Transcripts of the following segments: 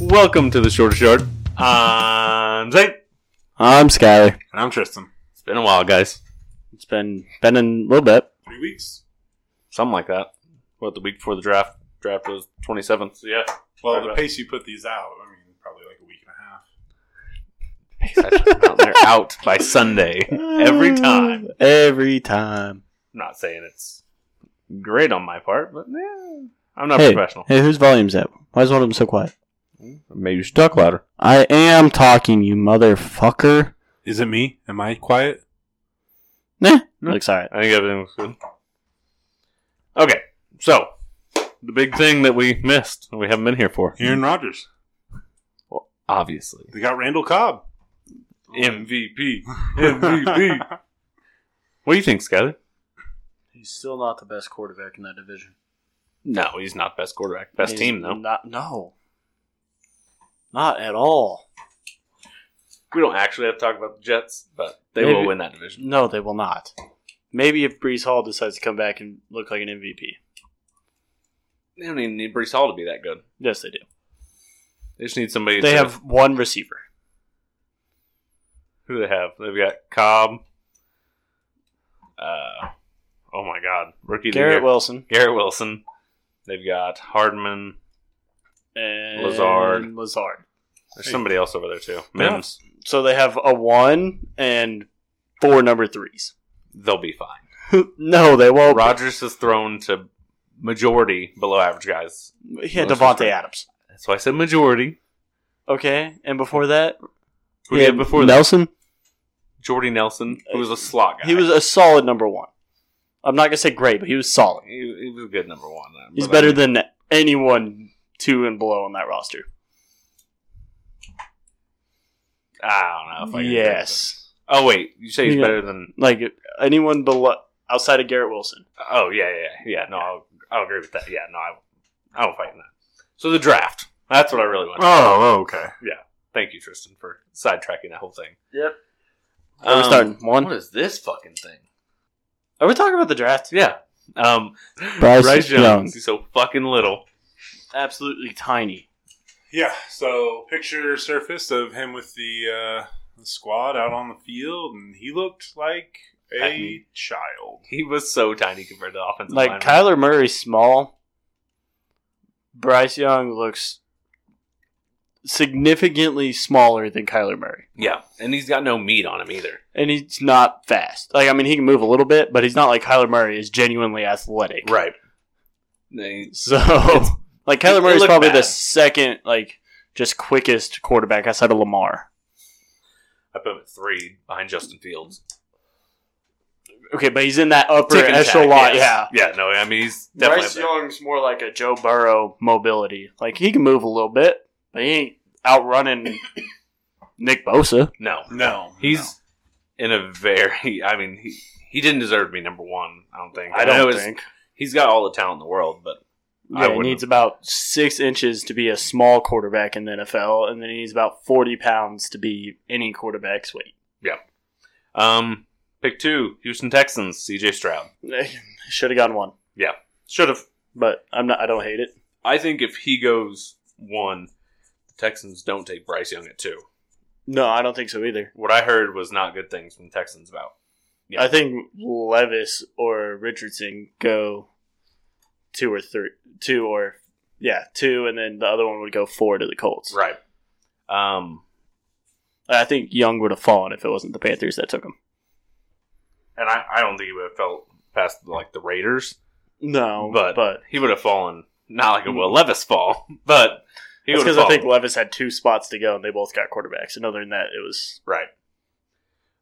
Welcome to the shortest yard. I'm Zane. I'm Skyler. And I'm Tristan. It's been a while, guys. It's been been a little bit. Three weeks. Something like that. What the week before the draft? Draft was 27th. So yeah, Well, Right. the pace you put these out, I mean, probably like a week and a half. they're out by Sunday every Uh. time. Every time. I'm not saying it's great on my part, but yeah, I'm not Hey. professional. Hey, whose volume's up? Why is one of them so quiet? Maybe you should talk louder. I am talking, you motherfucker. Is it me? Am I quiet? Nah, No. looks alright. I think everything was good. Okay, so the big thing that we missed and we haven't been here for. Aaron Rodgers. Obviously. They got Randall Cobb. MVP. MVP. What do you think, Skyler? He's still not the best quarterback in that division. No, he's not best quarterback. Best team, though. Not no. Not at all. We don't actually have to talk about the Jets, but they Maybe- will win that division. No, they will not. Maybe if Brees Hall decides to come back and look like an MVP. They don't even need Brees Hall to be that good. Yes, they do. They just need somebody. They to- have one receiver. who do they have? They've got Cobb. Uh, oh my God, rookie of the year. Garrett Wilson. Garrett Wilson. They've got Hardman. and Lazard. Lazard. There's somebody else over there too. Mims. So they have a one and four number threes. They'll be fine. no, they won't. Rodgers is thrown to majority below average guys. he had Most Devontae respect. Adams. That's why I said majority. Okay, and before that, Who he did had before that? Nelson. Jordy Nelson, who was a slot guy. He was a solid number one. I'm not gonna say great, but he was solid. He, he was a good number one. uh, He's but better I mean, than anyone two and below on that roster. I don't know. If I can Yes, take that. Oh wait, you say he's Yeah. better than? like anyone below outside of Garrett Wilson. Oh yeah, yeah, yeah. No, I'll, I'll agree with that. Yeah, no, I, I don't fight in that. So the draft. That's what I really want. Oh, okay. Thank you, Tristan, for sidetracking that whole thing. Yep. Are we Um, starting one? What is this fucking thing? Are we talking about the draft? Yeah. Um, Bryce Jones. Young. He's so fucking little. Absolutely tiny. Yeah, so picture surfaced of him with the, uh, the squad out on the field, and he looked like a Acne. child. He was so tiny compared to the offensive Like lineman. Kyler Murray's small. Bryce Young looks significantly smaller than Kyler Murray. Yeah, and he's got no meat on him either. And he's not fast. Like I mean he can move a little bit, but he's not like Kyler Murray is genuinely athletic. Right. They- So It's- like it Kyler Murray's looked probably the bad. second like just quickest quarterback outside of Lamar. I put him at three behind Justin Fields. Okay, but he's in that upper Tick and tack, echelon. yes. Yeah. Yeah, no, I mean, he's definitely. Bryce better. Young's more like a Joe Burrow mobility. Like he can move a little bit, but he ain't outrunning Nick Bosa. No. No. He's in a very. I mean, he, he didn't deserve to be number one, I don't think. I know don't his- think. He's got all the talent in the world, but. I Yeah, he wouldn't needs about six inches to be a small quarterback in the NFL, and then he needs about forty pounds to be any quarterback's weight. Um, pick two Houston Texans, CJ Stroud. Should have gotten one, Should have. but I'm not. I don't hate it. I think if he goes one, the Texans don't take Bryce Young at two. No, I don't think so either. What I heard was not good things from the Texans about. Yeah. I think Levis or Richardson go two or three, two or yeah, two, and then the other one would go four to the Colts. Right. Um, I think Young would have fallen if it wasn't the Panthers that took him. and I, I don't think he would have felt past like the Raiders. No, But- but He would have fallen not like a Will Levis fall, but he would have because fallen. Mm. I think Levis had two spots to go, and they both got quarterbacks. And other than that, it was right.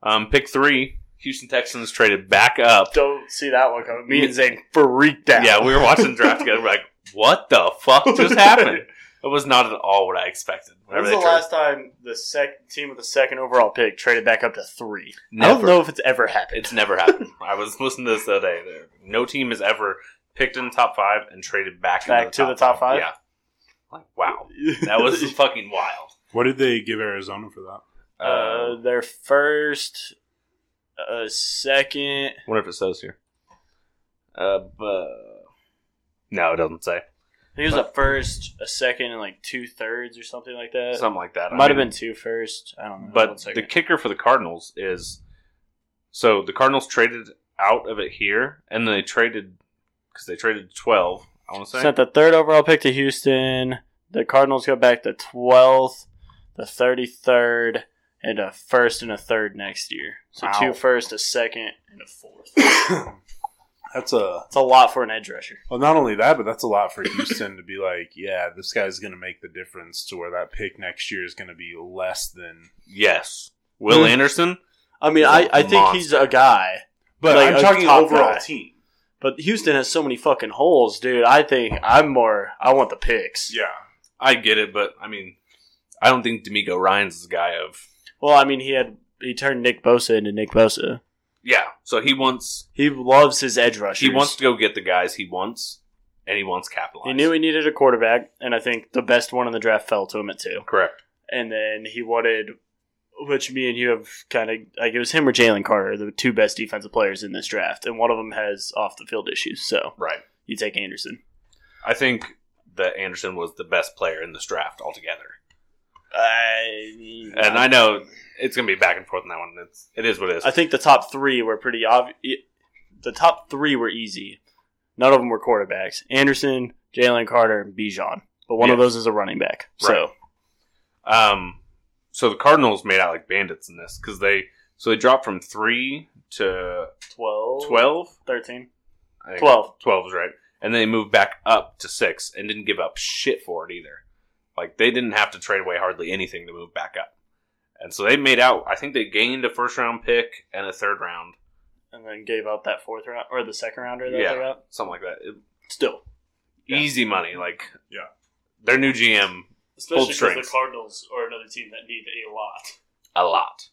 Um, pick three. Houston Texans traded back up. don't see that one coming. Me and Zane freaked out. Yeah, we were watching the draft together. We're like, what the fuck just happened? It was not at all what I expected. When Whenever was they the traded- last time the sec- team with the second overall pick traded back up to three? I Never. don't know if it's ever happened. It's never happened. I was listening to this the other day. There- No team has ever picked in the top five and traded back, Back into to the top five? Yeah. Like, wow. That was fucking wild. What did they give Arizona for that? uh, their first, uh, second. wonder if it says here. Uh, but no, it doesn't say. I think it was a first, a second, and like two thirds or something like that. something like that. I Uh, Might have mean, been two first. I don't know. One But the second. kicker for the Cardinals is so the Cardinals traded out of it here, and then they traded because they traded twelve. I want to say sent the third overall pick to Houston. The Cardinals go back to twelfth, the thirty third, and a first and a third next year. So Wow. two first, a second, and a fourth. That's a It's a lot for an edge rusher. well. Not only that, but that's a lot for Houston to be like, yeah, this guy's going to make the difference to where that pick next year is going to be less than. yes. Will Hmm. Anderson, I mean, He's I, a I think he's a guy, But Like I'm a talking top overall guy. team. but Houston has so many fucking holes, dude. I think I'm more. I want the picks. Yeah, I get it, but I mean, I don't think D'Amico Ryan's the guy of Well, I mean, he had he turned Nick Bosa into Nick Bosa. yeah. So he wants He loves his edge rushers. he wants to go get the guys he wants, and he wants capitalize. He knew he needed a quarterback, and I think the best one in the draft fell to him at two. correct. and then he wanted, which me and you have kind of like it was him or Jalen Carter, the two best defensive players in this draft, and one of them has off the field issues. So Right. you take Anderson. I think that Anderson was the best player in this draft altogether. I And I know it's going to be back and forth on that one. It's, it is what it is. I think the top three were pretty obvious. The top three were easy. None of them were quarterbacks: Anderson, Jalen Carter, and Bijan. But one of Yeah. those is a running back. So Um, so the Cardinals made out like bandits in this because they so they dropped from three to 12, twelve. 13, I think 12. Twelve is right, and then they moved back up to six and didn't give up shit for it either. Like they didn't have to trade away hardly anything to move back up, and so they made out. I think they gained a first round pick and a third round, and then gave up that fourth round or the second rounder that Yeah. they got. something like that. It- Still, Yeah. Easy money, like Yeah. Their new GM Pulled especially because strings. the Cardinals are another team that need a lot. a lot.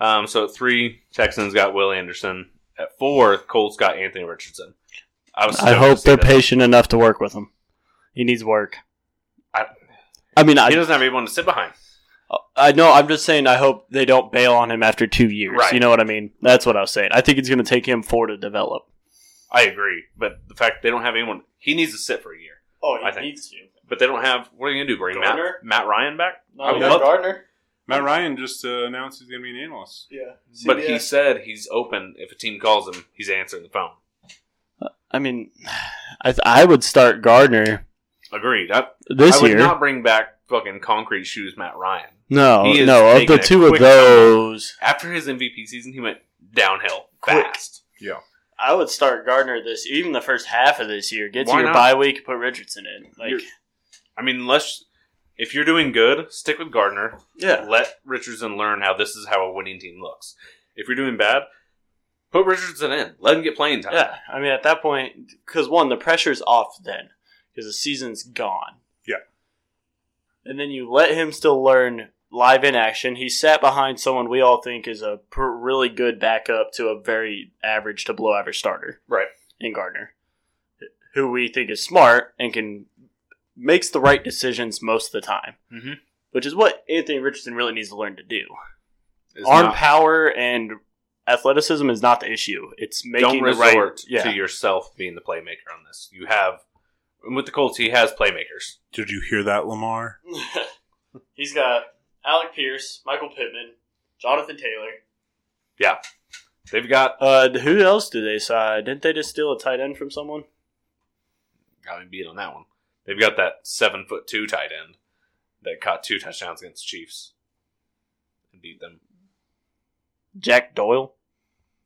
Um, so at three, Texans got Will Anderson. At four, Colts got Anthony Richardson. I was. I stoked to hope see they're that. patient enough to work with him. He needs work. I- I mean, He I, doesn't have anyone to sit behind. I know. I'm just saying. I hope they don't bail on him after two years. Right. You know what I mean? That's what I was saying. I think it's going to take him four to develop. I agree, but the fact they don't have anyone, he needs to sit for a year. Oh, he I think. needs to. But they don't have. What are you gonna do? Bring Matt, Gardner? Matt Ryan back? No, I would yeah, love- Gardner. Matt Ryan just uh, announced he's going to be an analyst. Yeah, but he said he's open. If a team calls him, he's answering the phone. I mean, I th- I would start Gardner Agreed. I, I this would year. not bring back fucking concrete shoes, Matt Ryan. no, He is no. Of taking the a two of quick- those, After his MVP season, he went downhill Quick. fast. I would start Gardner this even the first half of this year. Get Why to your not? bye week, put Richardson in. Like, You're- I mean, unless if you're doing good, stick with Gardner. yeah, Let Richardson learn how this is how a winning team looks. If you're doing bad, put Richardson in. Let him get playing time. Yeah, I mean at that point, because one, the pressure's off then, because the season's gone. Yeah. and then you let him still learn live in action. He sat behind someone we all think is a pr- really good backup to a very average to below average starter, Right. In Gardner, who we think is smart and can makes the right decisions most of the time, Mhm. which is what Anthony Richardson really needs to learn to do. It's Arm not- power and athleticism is not the issue. It's making don't the right. resort yeah. to yourself being the playmaker on this. You have and with the Colts, he has playmakers. Did you hear that, Lamar? He's got Alec Pierce, Michael Pittman, Jonathan Taylor. They've got Uh, who else did they sign? Didn't they just steal a tight end from someone? got me beat on that one. They've got that seven foot two tight end that caught two touchdowns against Chiefs and beat them. Jack Doyle.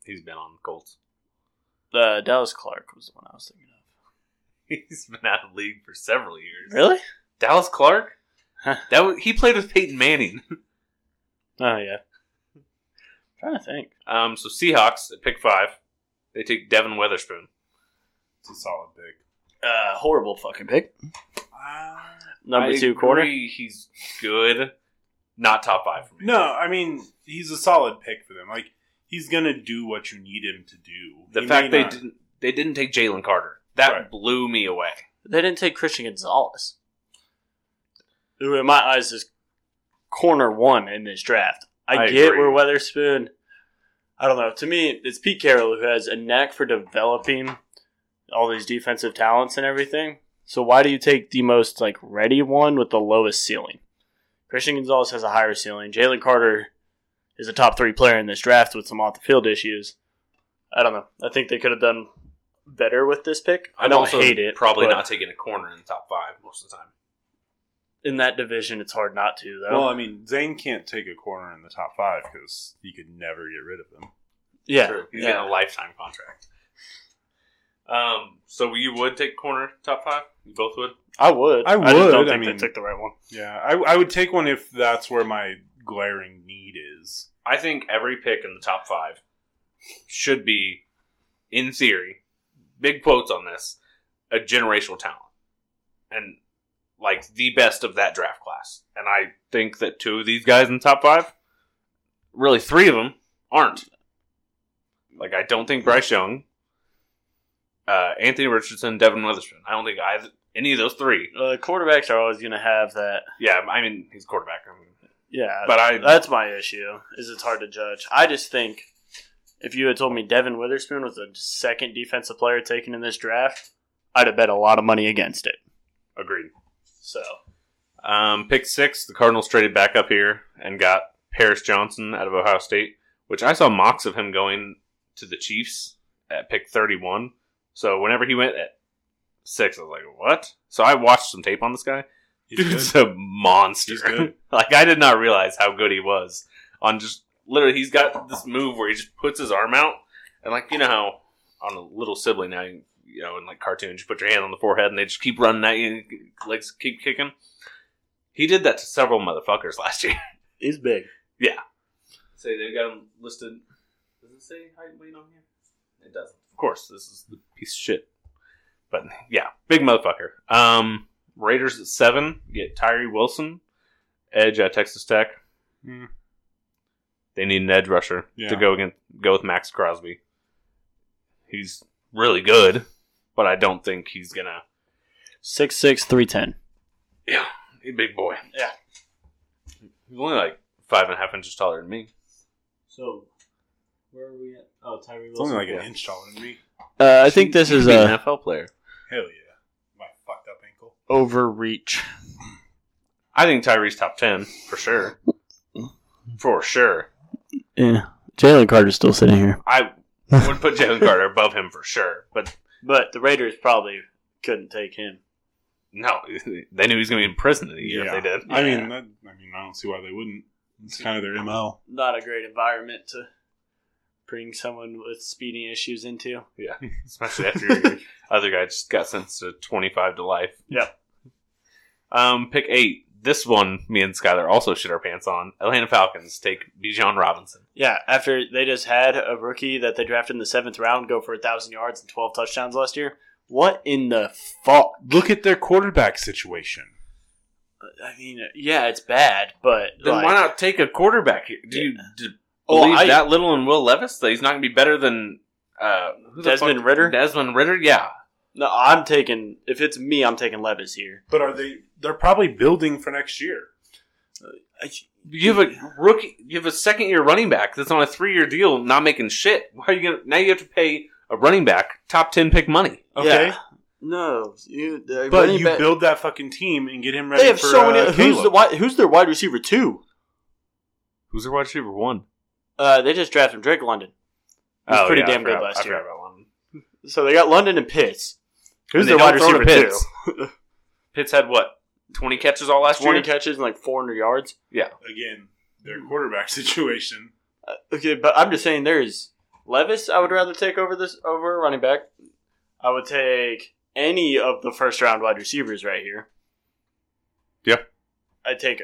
He's been on the Colts. Uh, Dallas Clark was the one I was thinking of. He's been out of the league for several years. Really? Dallas Clark. Huh. that was, he played with Peyton Manning. Oh yeah. trying to think. Um, so Seahawks at pick five, they take Devin Weatherspoon. It's a solid pick. Uh, Uh, horrible fucking pick. Number I two corner. agree He's good, not top five for me. No, I mean he's a solid pick for them. Like he's gonna do what you need him to do. The He fact may they not- didn't they didn't take Jalen Carter that Right. blew me away. They didn't take Christian Gonzalez, who in my eyes is corner one in this draft. I, I get agree. where Weatherspoon. I don't know. To me, it's Pete Carroll who has a knack for developing all these defensive talents and everything. So why do you take the most like ready one with the lowest ceiling? Christian Gonzalez has a higher ceiling. Jalen Carter is a top three player in this draft with some off the field issues. I don't know. I think they could have done better with this pick. I I'm don't also hate it. Probably but not taking a corner in the top five most of the time. in that division. It's hard not to though. Well, I mean, Zane can't take a corner in the top five because he could never get rid of him. yeah, True. He's yeah. getting a lifetime contract. Um, so you would take corner top five? You both would? I would. I I just would, don't I think mean- they took the right one. Yeah, I, I would take one if that's where my glaring need is. I think every pick in the top five should be, in theory, big quotes on this, a generational talent. And like the best of that draft class. And I think that two of these guys in the top five, really three of them, aren't. Like I don't think Bryce Young, uh, Anthony Richardson, Devin Witherspoon. I don't think either, any of those three. Uh, quarterbacks are always going to have that. Yeah, I mean he's quarterback. I mean, Yeah, but I that's my issue. Is it's hard to judge. I just think if you had told me Devin Witherspoon was the second defensive player taken in this draft, I'd have bet a lot of money against it. agreed. So Um, pick six, the Cardinals traded back up here and got Paris Johnson out of Ohio State, which I saw mocks of him going to the Chiefs at pick 31. So whenever he went at six, I was like, what? So I watched some tape on this guy. He's good. Dude's a monster. He's good. like, I did not realize how good he was on just literally, he's got this move where he just puts his arm out. And, like, you know how on a little sibling now, you, you know, in like cartoons, you put your hand on the forehead and they just keep running at you and legs keep kicking. He did that to several motherfuckers last year. he's big. Say they've got him listed. Does it say height weight on here? It doesn't. Of course, this is the piece of shit. But yeah, big motherfucker. Um, Raiders at seven get Tyree Wilson, edge at Texas Tech. Hmm. They need an edge rusher Yeah. to go against go with Max Crosby. He's really good, but I don't think he's gonna. Six six three ten. Yeah, he's a big boy. Yeah. he's only like five and a half inches taller than me. So where are we at? Oh, Tyree It's only like an inch taller than me. Uh, I think this is He's an a NFL player. Hell yeah. My fucked up ankle. overreach. I think Tyree's top ten for sure. For sure, Yeah, Jalen Carter's still sitting here, I would put Jalen Carter above him for sure. But but the Raiders probably couldn't take him. no, they knew he was going to be in prison in a year. if They did. I mean, that, I mean, I don't see why they wouldn't. It's kind of their mo. Not a great environment to bring someone with speeding issues into. yeah, especially after your other guy just got sentenced to twenty-five to life. Yeah. Um, pick eight. This one, me and Skyler also shit our pants on. Atlanta Falcons take Bijan Robinson. Yeah, after they just had a rookie that they drafted in the seventh round go for a thousand yards and twelve touchdowns last year. What in the fuck? Look at their quarterback situation. I mean, yeah, it's bad, but Then like, why not take a quarterback? here? Do you d- believe I- that little and Will Levis that he's not going to be better than uh, who the Desmond fuck- Ritter? Desmond Ritter, yeah. No, I'm taking. If it's me, I'm taking Levis here. But are they? They're probably building for next year. I- You have a rookie. You have a second year running back that's on a three year deal, not making shit. Why are you gonna? Now you have to pay a running back top ten pick money. Okay, Yeah. No, you. the but running you back- build that fucking team and get him ready. They have for, so many. Uh, who's the Caleb. wide, Who's their wide receiver two? Who's their wide receiver one? Uh, they just drafted Drake London. He was pretty Oh, I damn good forgot- last I year. forgot about London. So they got London and Pitts. Who's And they their wide don't throw to receiver two? Pitts. Pitts had what twenty catches all last Twenty year. catches and like four hundred yards. again their quarterback situation? Uh, okay, but I'm just saying there is Levis. I would rather take over this over a running back. I would take any of the first round wide receivers right here. Yeah. I'd take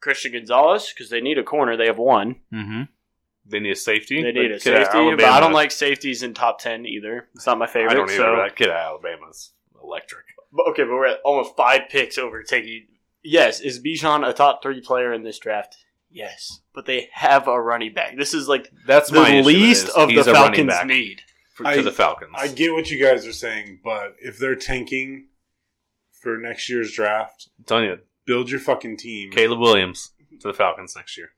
Christian Gonzalez because they need a corner. They have one. Mm-hmm. They need a safety. They That need a kid out of safety, but I Alabama- don't like safeties in top ten either. It's not my favorite. I don't either. so. but That kid at Alabama's electric. But okay, but we're at almost five picks over taking. Yes, is Bijan a top three player in this draft? Yes, but they have a running back. This is like That's the least of the Falcons need. for, I- to the Falcons. I get what you guys are saying, but if they're tanking for next year's draft, I'm telling you, build your fucking team. Caleb Williams to the Falcons next year.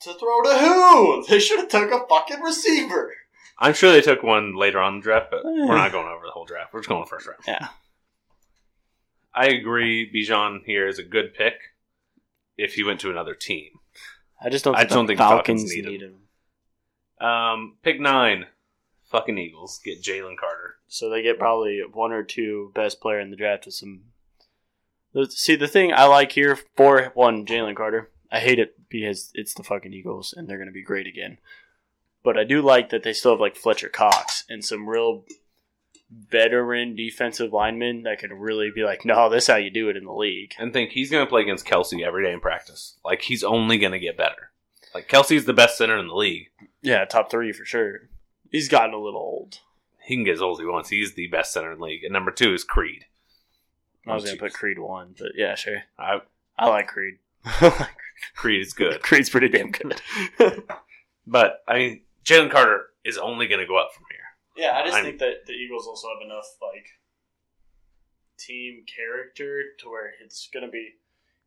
To throw to who? They should have took a fucking receiver. I'm sure they took one later on in the draft, but we're not going over the whole draft. We're just going first round. Yeah. I agree. Bijan here is a good pick. If he went to another team, I just don't. I Think don't the think Falcons, Falcons need need, him. him. um, pick nine, fucking Eagles get Jalen Carter. So they get probably one or two best player in the draft with some. See the thing I like here for one Jalen Carter. I hate it because it's the fucking Eagles and they're going to be great again. But I do like that they still have like Fletcher Cox and some real veteran defensive linemen that can really be like, no, this is how you do it in the league. and think he's going to play against Kelsey every day in practice. Like he's only going to get better. Like Kelsey's the best center in the league. Yeah, top three for sure. He's gotten a little old. He can get as old as he wants. He's the best center in the league. And number two is Creed. I was going Jeez. to put Creed one, but yeah, sure. I, I like Creed. Creed is good, Creed's pretty damn good. but I mean Jalen Carter is only going to go up from here. Yeah, I just I'm- think that the Eagles also have enough like team character to where it's gonna be.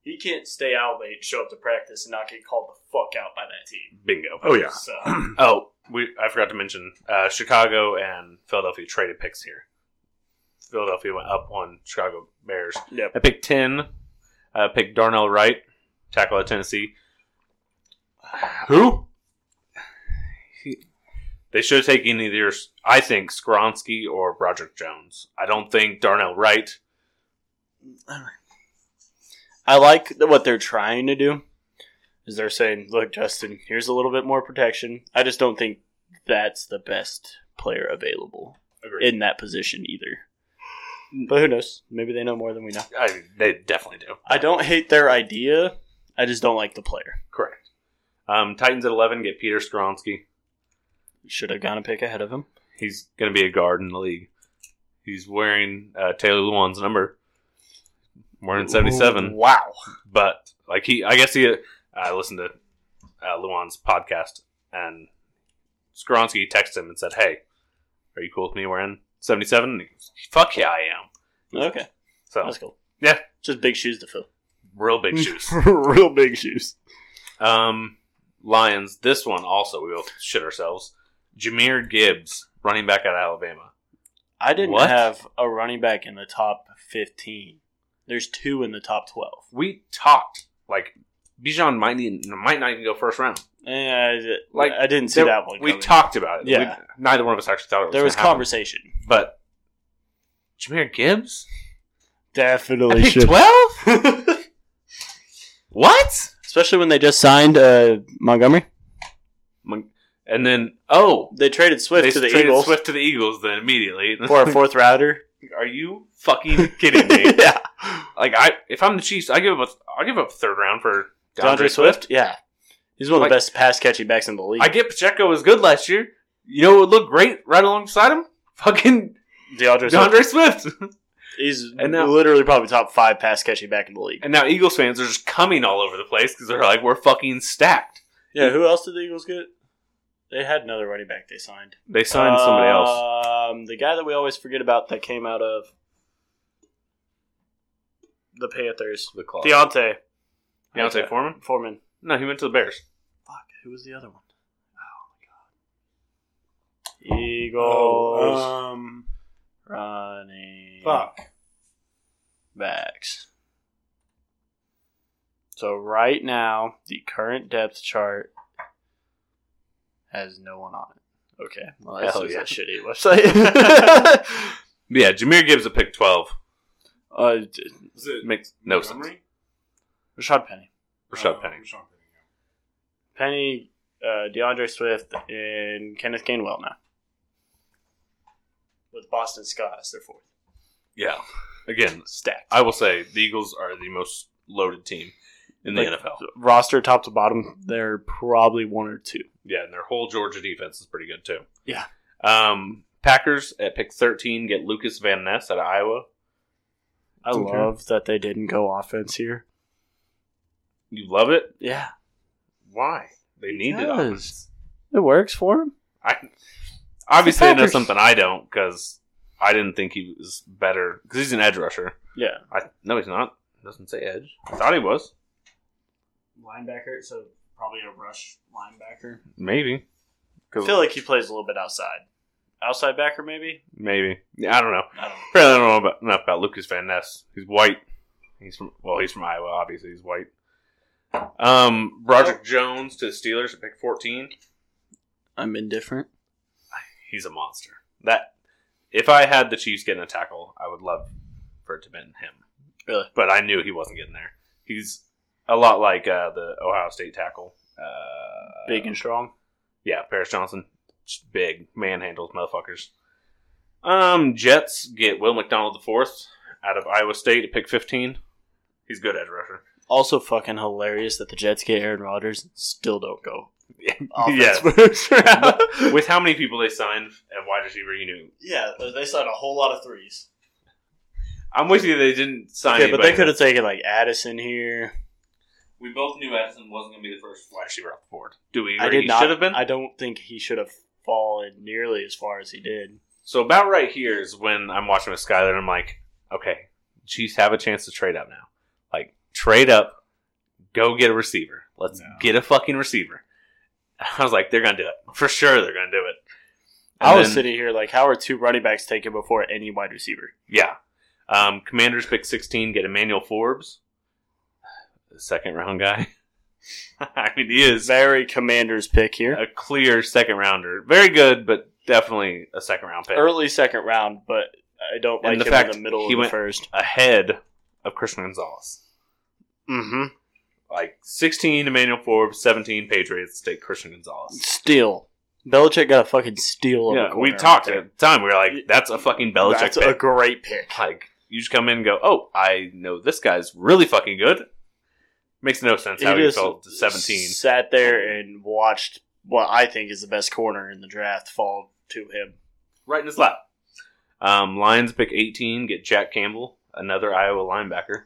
He can't stay out late, show up to practice, and not get called the fuck out by that team. Bingo. Oh yeah. So Oh, we I forgot to mention uh, Chicago and Philadelphia traded picks here. Philadelphia went up on Chicago Bears. Yep. I picked ten. I picked Darnell Wright, tackle at Tennessee. Who? They should have taken either I think Skronsky or Broderick Jones. I don't think Darnell Wright. I like th- what they're trying to do. Is they're saying, "Look, Justin, here's a little bit more protection." I just don't think that's the best player available Agreed. in that position either. But who knows? Maybe they know more than we know. I, they definitely do. I don't hate their idea. I just don't like the player. Correct. Um, Titans at eleven get Peter Skronsky. Should have gone a pick ahead of him. He's going to be a guard in the league. He's wearing uh, Taylor Luan's number. Wearing 77. Wow. But, like, he, I guess he, uh, I listened to uh, Luan's podcast, and Skronsky texted him and said, Hey, are you cool with me wearing 77? And he goes, Fuck yeah, I am. Okay, So, that's cool. Yeah. just big shoes to fill. real big shoes. Real big shoes. Um, Lions, this one also, we both shit ourselves. Jameer Gibbs, running back out of Alabama. I didn't What? have a running back in the top fifteen. There's two in the top twelve. we talked like Bijan might need, might not even go first round. And I, Like, like I didn't see There- that one. We coming. talked about it. Yeah. We- neither one of us actually thought it was There was gonna happen. conversation. but Jameer Gibbs, I Oh, Definitely picked twelve. what? especially when they just signed uh, Montgomery. Mon- And then oh, They traded Swift they to the traded Eagles Swift to the Eagles. Then immediately, for a fourth rounder. are you fucking kidding me? yeah, like I, if I'm the Chiefs, I give up. A, I give up a third round for DeAndre, DeAndre Swift. Swift. Yeah, he's one of Like- the best pass catching backs in the league. I get Pacheco was good last year. You know, it would look great right alongside him. Fucking DeAndre Swift. DeAndre Swift. He's And now- literally probably top five pass catching back in the league. And now Eagles fans are just coming all over the place because they're like, we're fucking stacked. Yeah, who else did the Eagles get? They had another running back they signed. They signed somebody else. Um, the guy that we always forget about that came out of the Panthers. The clock. Deontay. Deontay Foreman? Foreman. No, he went to the Bears. Fuck, who was the other one? Oh, my God. Eagles Oh, um, running fuck. backs. So right now, the current depth chart has no one on it. Okay, well that's Hell just yeah. a shitty website. Yeah, Jameer Gibbs a pick 12. uh, d- Is it Makes no sense. Montgomery? Rashad Penny, Rashad Oh, Penny. Rashad Penny, yeah. Penny, uh, DeAndre Swift, and Kenneth Gainwell now. With Boston Scott as their fourth. Yeah. Again, Stacked. I will say the Eagles are the most loaded team in the Like, NFL. Roster top to bottom, they're probably one or two. Yeah, and their whole Georgia defense is pretty good, too. Yeah. Um, Packers at pick 13 get Lucas Van Ness out of Iowa. I Okay. love that they didn't go offense here. You love it? Yeah. Why? They need it. Because- offense. It works for him. I obviously I know Packers. something I don't because I didn't think he was better because he's an edge rusher. Yeah. I no, he's not. Doesn't say edge. I thought he was. linebacker, so probably a rush linebacker. Maybe. I feel like he plays a little bit outside. outside backer, maybe. Maybe. Yeah, I don't know. I don't know. Apparently, I don't know about, enough about Lucas Van Ness. He's white. He's from well, he's from Iowa. Obviously, he's white. Um, Broderick Jones to the Steelers at pick fourteen. I'm indifferent. He's a monster. That if I had the Chiefs getting a tackle, I would love for it to been him. Really? but I knew he wasn't getting there. He's a lot like uh, the Ohio State tackle. Uh, Big and strong. Yeah, Paris Johnson. Just big. Manhandles motherfuckers. Um, Jets get Will McDonald IV out of Iowa State at pick 15. He's good edge rusher. Also, fucking hilarious that the Jets get Aaron Rodgers and still don't go. yeah. Offense first round. With how many people they signed at wide receiver, you knew. yeah, they signed a whole lot of threes. I'm with you they didn't sign Okay, but anybody. they could have taken like Addison here. We both knew Addison wasn't going to be the first wide receiver off the board. Do we? I agree did he not. Should have been. I don't think he should have fallen nearly as far as he did. So about right here is when I'm watching with Skyler and I'm like, okay, Chiefs have a chance to trade up now. Like trade up, go get a receiver. Let's No. get a fucking receiver. I was like, they're gonna do it for sure. They're gonna do it. I And was then- sitting here like, how are two running backs taken before any wide receiver? Yeah. Um, Commanders pick 16, get Emmanuel Forbes, the second round guy. I mean, he is Very commander's pick here. a clear second rounder. Very good, but definitely a second round pick. Early second round, but I don't like And the him fact in the middle he of went- the first. Ahead of Christian Gonzalez. Mm-hmm. like 16 Emmanuel Forbes, 17 Patriots, take Christian Gonzalez. Steal. Belichick got a fucking steal. on the Yeah, we corner talked out there. at the time. We were like, that's a fucking Belichick That's a pick. great pick. like, you just come in and go, oh, I know this guy's really fucking good. Makes no sense how he just felt to 17. Sat there and watched what I think is the best corner in the draft fall to him. Right in his lap. Um, Lions pick 18, get Jack Campbell, another Iowa linebacker.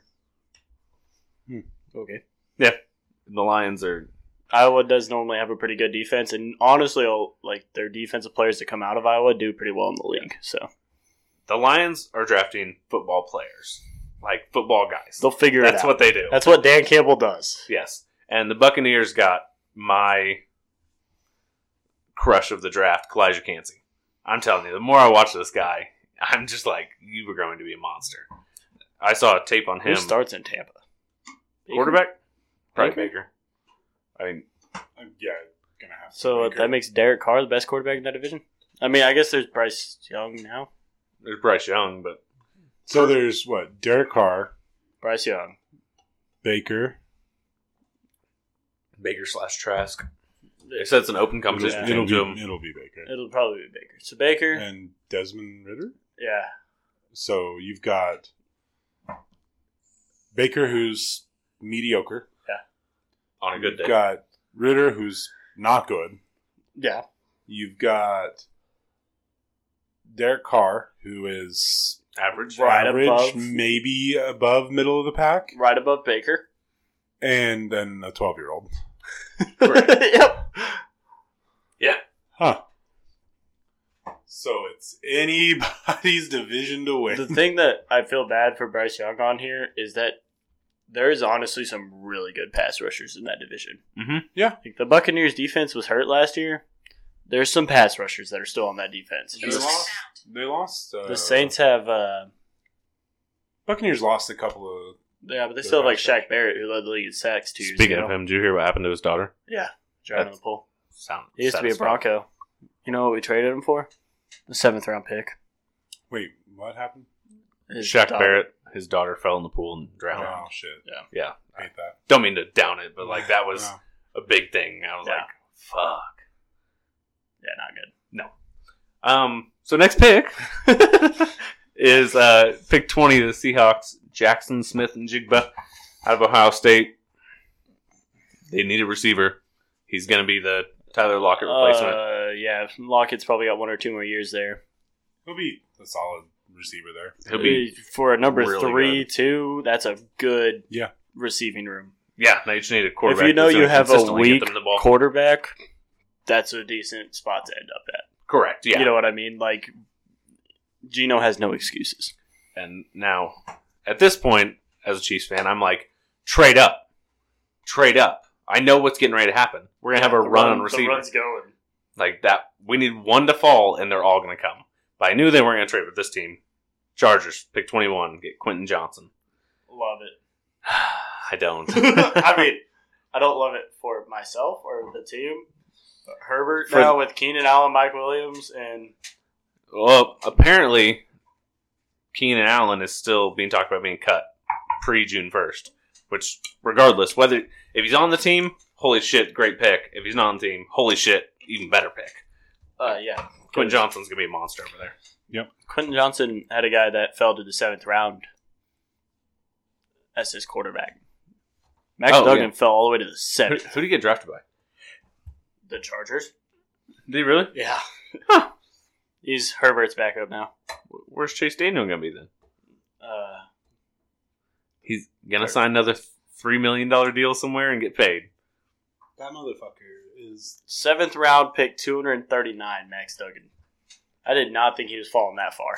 Okay. The Lions are, Iowa does normally have a pretty good defense, and honestly, all- like their defensive players that come out of Iowa do pretty well in the league. So the Lions are drafting football players, like football guys. they'll figure That's it out. what they do. That's what Dan Campbell does. Yes. And the Buccaneers got my crush of the draft, Kalijah Cansey. I'm telling you, the more I watch this guy, I'm just like, you were going to be a monster. I saw a tape on Who him. starts in Tampa? Quarterback? Probably Baker? Baker. I mean, Uh, yeah, gonna have to So uh, think that of- makes Derek Carr the best quarterback in that division. I mean, I guess there's Bryce Young now. there's Bryce Young, but so there's what Derek Carr, Bryce Young. Baker. Baker slash Trask. They said it's an open competition It'll, between be them. it'll be Baker It'll probably be Baker. So Baker. and Desmond Ritter. yeah. So you've got Baker, who's mediocre. on a good day. You've got Ritter, who's not good. Yeah. You've got Derek Carr, who is Average. Right average, above. maybe above middle of the pack, Right above Baker. and then a twelve-year-old. yep. Huh. So it's anybody's division to win. The thing that I feel bad for Bryce Young on here is that there is honestly some really good pass rushers in that division. Mhm. Yeah. Like the Buccaneers defense was hurt last year. There's some pass rushers that are still on that defense. they lost. They lost. Uh, The Saints have uh Buccaneers lost a couple of. yeah, but they still have like Shaq Barrett who led the league in sacks two years Speaking ago. of him, did you hear what happened to his daughter? Yeah. Drowning in the pool. Sound. He used to be a satisfying. Bronco. You know what we traded him for? The seventh round pick. Wait, what happened? His Shaq dog- Barrett, his daughter fell in the pool and drowned. Oh shit! Yeah. I hate that. don't mean to down it, but like that was No. a big thing. I was Yeah. like, fuck. Yeah, not good. Um, so next pick is uh, pick twenty, the Seahawks, Jackson Smith and Jigba out of Ohio State. They need a receiver. He's going to be the Tyler Lockett replacement. Uh, yeah, Lockett's probably got one or two more years there. He'll be a solid receiver there. He'll be Uh, for a number really three, good. two. That's a good Yeah. receiving room. yeah. They just need a quarterback. If you know that's you gonna have a consistently get weak them the ball. quarterback, that's a decent spot to end up at. correct, yeah. You know what I mean? Like, Gino has no excuses. And now, at this point, as a Chiefs fan, I'm like, trade up, trade up. I know what's getting ready to happen. We're gonna have a run on receiver. going. Like that, we need one to fall, and they're all going to come. But I knew they weren't going to trade with this team. Chargers pick twenty one, get Quentin Johnson. Love it. I don't. I mean, I don't love it for myself or the team. But Herbert For- now with Keenan Allen, Mike Williams, and well, apparently, Keenan Allen is still being talked about being cut pre June first. Which, regardless, whether if he's on the team, holy shit, great pick. If he's not on the team, holy shit, even better pick. uh, yeah, Quentin Johnson's gonna be a monster over there. Quentin Johnson had a guy that fell to the seventh round as his quarterback. Max Oh, Duggan yeah. fell all the way to the Who, seventh. who did he get drafted by? the Chargers. Did he really? Yeah. He's Herbert's backup now. Where's Chase Daniel gonna be then? Uh, He's gonna sign another three million dollar deal somewhere and get paid. That motherfucker is. seventh round pick, 239, Max Duggan. I did not think he was falling that far.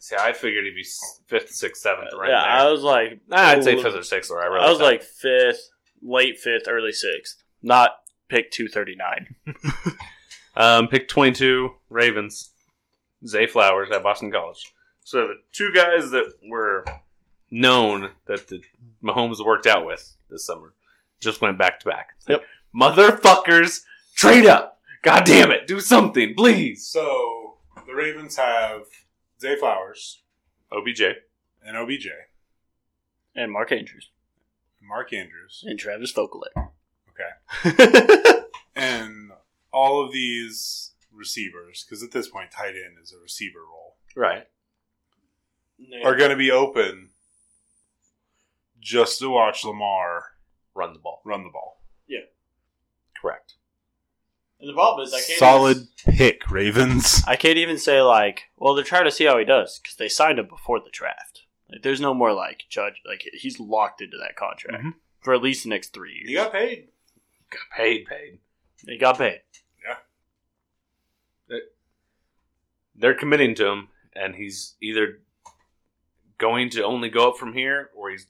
See, I figured he'd be s- fifth, sixth, seventh, right yeah, there. I was like, Nah, I'd say ooh. fifth or sixth. Or I, really I was thought- like fifth, late fifth, early sixth, not pick 239. um, pick twenty-two, Ravens, Zay Flowers at Boston College. So the two guys that were known that the Mahomes worked out with this summer just went back to back. Yep. motherfuckers, trade up. God damn it, do something, please. So the Ravens have Zay Flowers OBJ. and OBJ, And Mark Andrews. Mark Andrews, And Travis Fokelet. and all of these receivers, because at this point, tight end is a receiver role, Right. are going to be open just to watch Lamar Run the ball. run the ball. Correct. And the problem is, I can't Even, pick, Ravens. I can't even say like, well, they're trying to see how he does because they signed him before the draft. Like, there's no more like judge. Like he's locked into that contract for at least the next three years. You got paid. Got paid, paid. He got paid. They're committing to him, and he's either going to only go up from here, or he's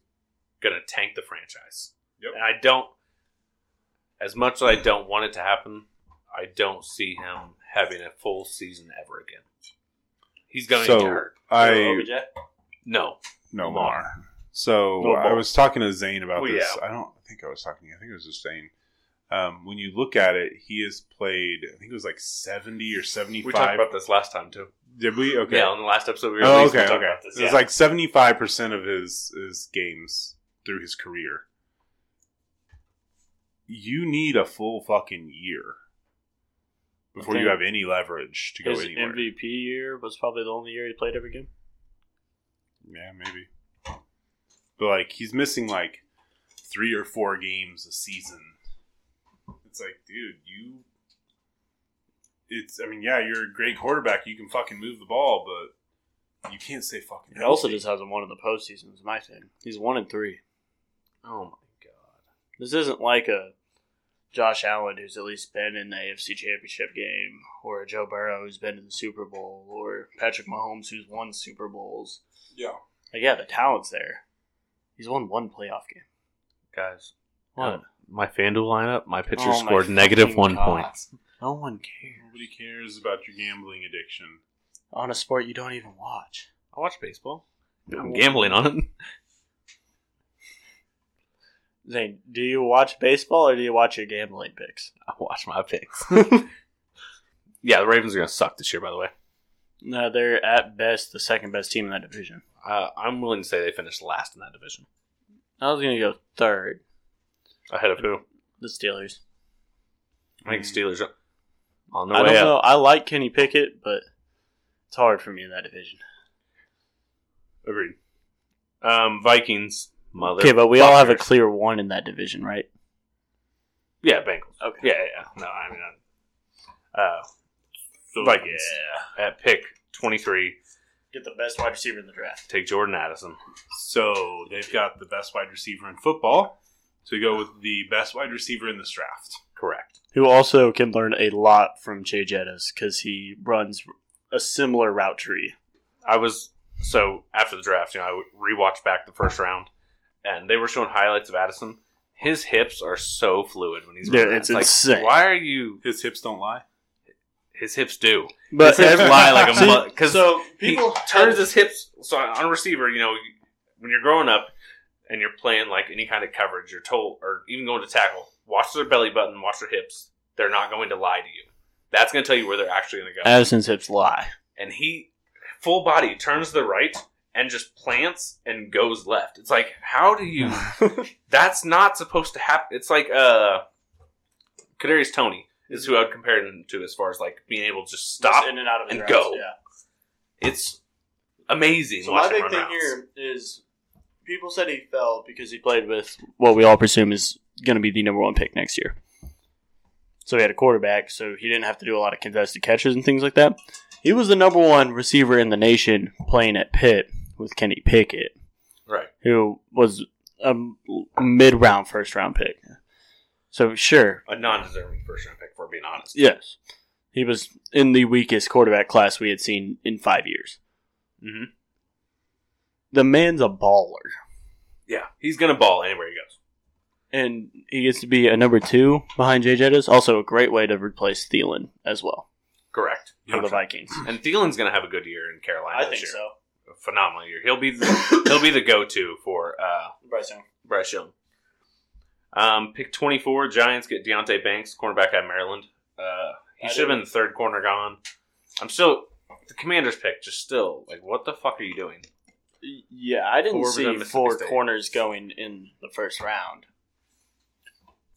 going to tank the franchise. Yep. And I don't, as much as I don't want it to happen, I don't see him having a full season ever again. He's going So- to get hurt. I OBJ? No, no No. more. So No more. I was talking to Zane about Well, this. I don't think I was talking. to you. I think it was just Zane. Um, when you look at it, he has played. I think it was like seventy or seventy-five. we talked about this last time too. Did we? Okay. Yeah, on the last episode we Oh, released, okay. we talked Okay. about this. It's yeah. like seventy-five percent of his his games through his career. You need a full fucking year before you think have any leverage to go His anywhere. MVP year was probably the only year he played every game. Yeah, maybe. But like he's missing like three or four games a season. It's like, dude, you it's I mean, yeah, you're a great quarterback, you can fucking move the ball, but you can't say fucking He also just hasn't won in the postseason. Is my thing. He's one and three. oh my god. This isn't like a Josh Allen who's at least been in the AFC Championship game, or a Joe Burrow who's been in the Super Bowl, or Patrick Mahomes who's won Super Bowls. Yeah. Like, yeah, the talent's there. He's won one playoff game. Guys, What? my FanDuel lineup, my pitcher Oh my scored negative fucking one God. point. No one cares. Nobody cares about your gambling addiction. On a sport you don't even watch. I watch baseball. I'm No. gambling on it. Zane, do you watch baseball or do you watch your gambling picks? I watch my picks. yeah, the Ravens are going to suck this year, by the way. No, they're at best the second best team in that division. Uh, I'm willing to say they finished last in that division. I was going to go third, Ahead of who? the Steelers. I think Steelers are on their Mm. I way don't up. know. I like Kenny Pickett, but it's hard for me in that division. Agreed. Um, Vikings, mother. Okay, but we all have a fuckers. clear one in that division, right? Yeah, Bengals. Okay. Yeah, yeah. yeah. No, I mean, uh, uh, So- Vikings. At pick 23, Get the best wide receiver in the draft. take Jordan Addison. So they've got the best wide receiver in football to go with the best wide receiver in this draft. Correct. Who also can learn a lot from Jay Jettas because he runs a similar route tree. I was so after the draft, you know, I rewatched back the first round, and they were showing highlights of Addison. His hips are so fluid when he's Dude, running. it's insane. Why are you? His hips don't lie. His hips do. But his hips every- lie like a See, mud. Because So he people turns his hips. So on a receiver, you know, when you're growing up and you're playing like any kind of coverage, you're told, or even going to tackle, watch their belly button, watch their hips. They're not going to lie to you. That's going to tell you where they're actually going to go. Addison's hips lie. and he full body turns to the right and just plants and goes left. It's like, how do you? that's not supposed to happen. It's like uh, Kadarius Tony is who I would compare him to as far as like being able to just stop. Just in and out of and his routes, go. Yeah. It's amazing. So my watching big run thing routes. here is people said he fell because he played with what we all presume is going to be the number one pick next year. So he had a quarterback, so he didn't have to do a lot of contested catches and things like that. He was the number one receiver in the nation playing at Pitt with Kenny Pickett, right? who was a mid round, first round pick. So sure, A non-deserving first round pick, for being honest. yes, he was in the weakest quarterback class we had seen in five years. Mhm. The man's a baller. Yeah, he's gonna ball anywhere he goes. and he gets to be a number two behind Jay Jettis. Also, a great way to replace Thielen as well Correct. for the Vikings. And Thielen's gonna have a good year in Carolina. this year. so. A phenomenal year. He'll be the, he'll be the go-to for uh, Bryce Young. Bryce Young. Um, pick 24, Giants get Deontay Banks, cornerback out of Maryland. Uh, he I should have been the third corner gone. I'm still, the commander's pick, just still, like, what the fuck are you doing? Yeah, I didn't Four was on see Mississippi four State. corners going in the first round.